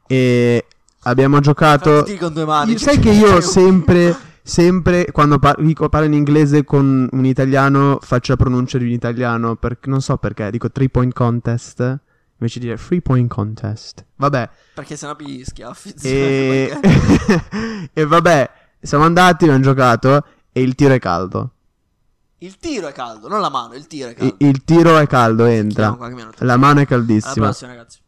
E abbiamo giocato... Fatti con due mani. Io- cioè, sai che io cioè, sempre, sempre, quando par- dico- parlo in inglese con un italiano, faccio la pronuncia di un italiano, per- non so perché, dico three point contest, invece di dire three point contest. Vabbè, Perché sennò pigli gli schiaffi. e... *laughs* perché- *laughs* e vabbè, siamo andati, abbiamo giocato e il tiro è caldo. Il tiro è caldo, non la mano, il tiro è I- caldo. il tiro è caldo, Chiamo entra. qua che mi hanno- La mano è Alla caldissima. prossima, ragazzi.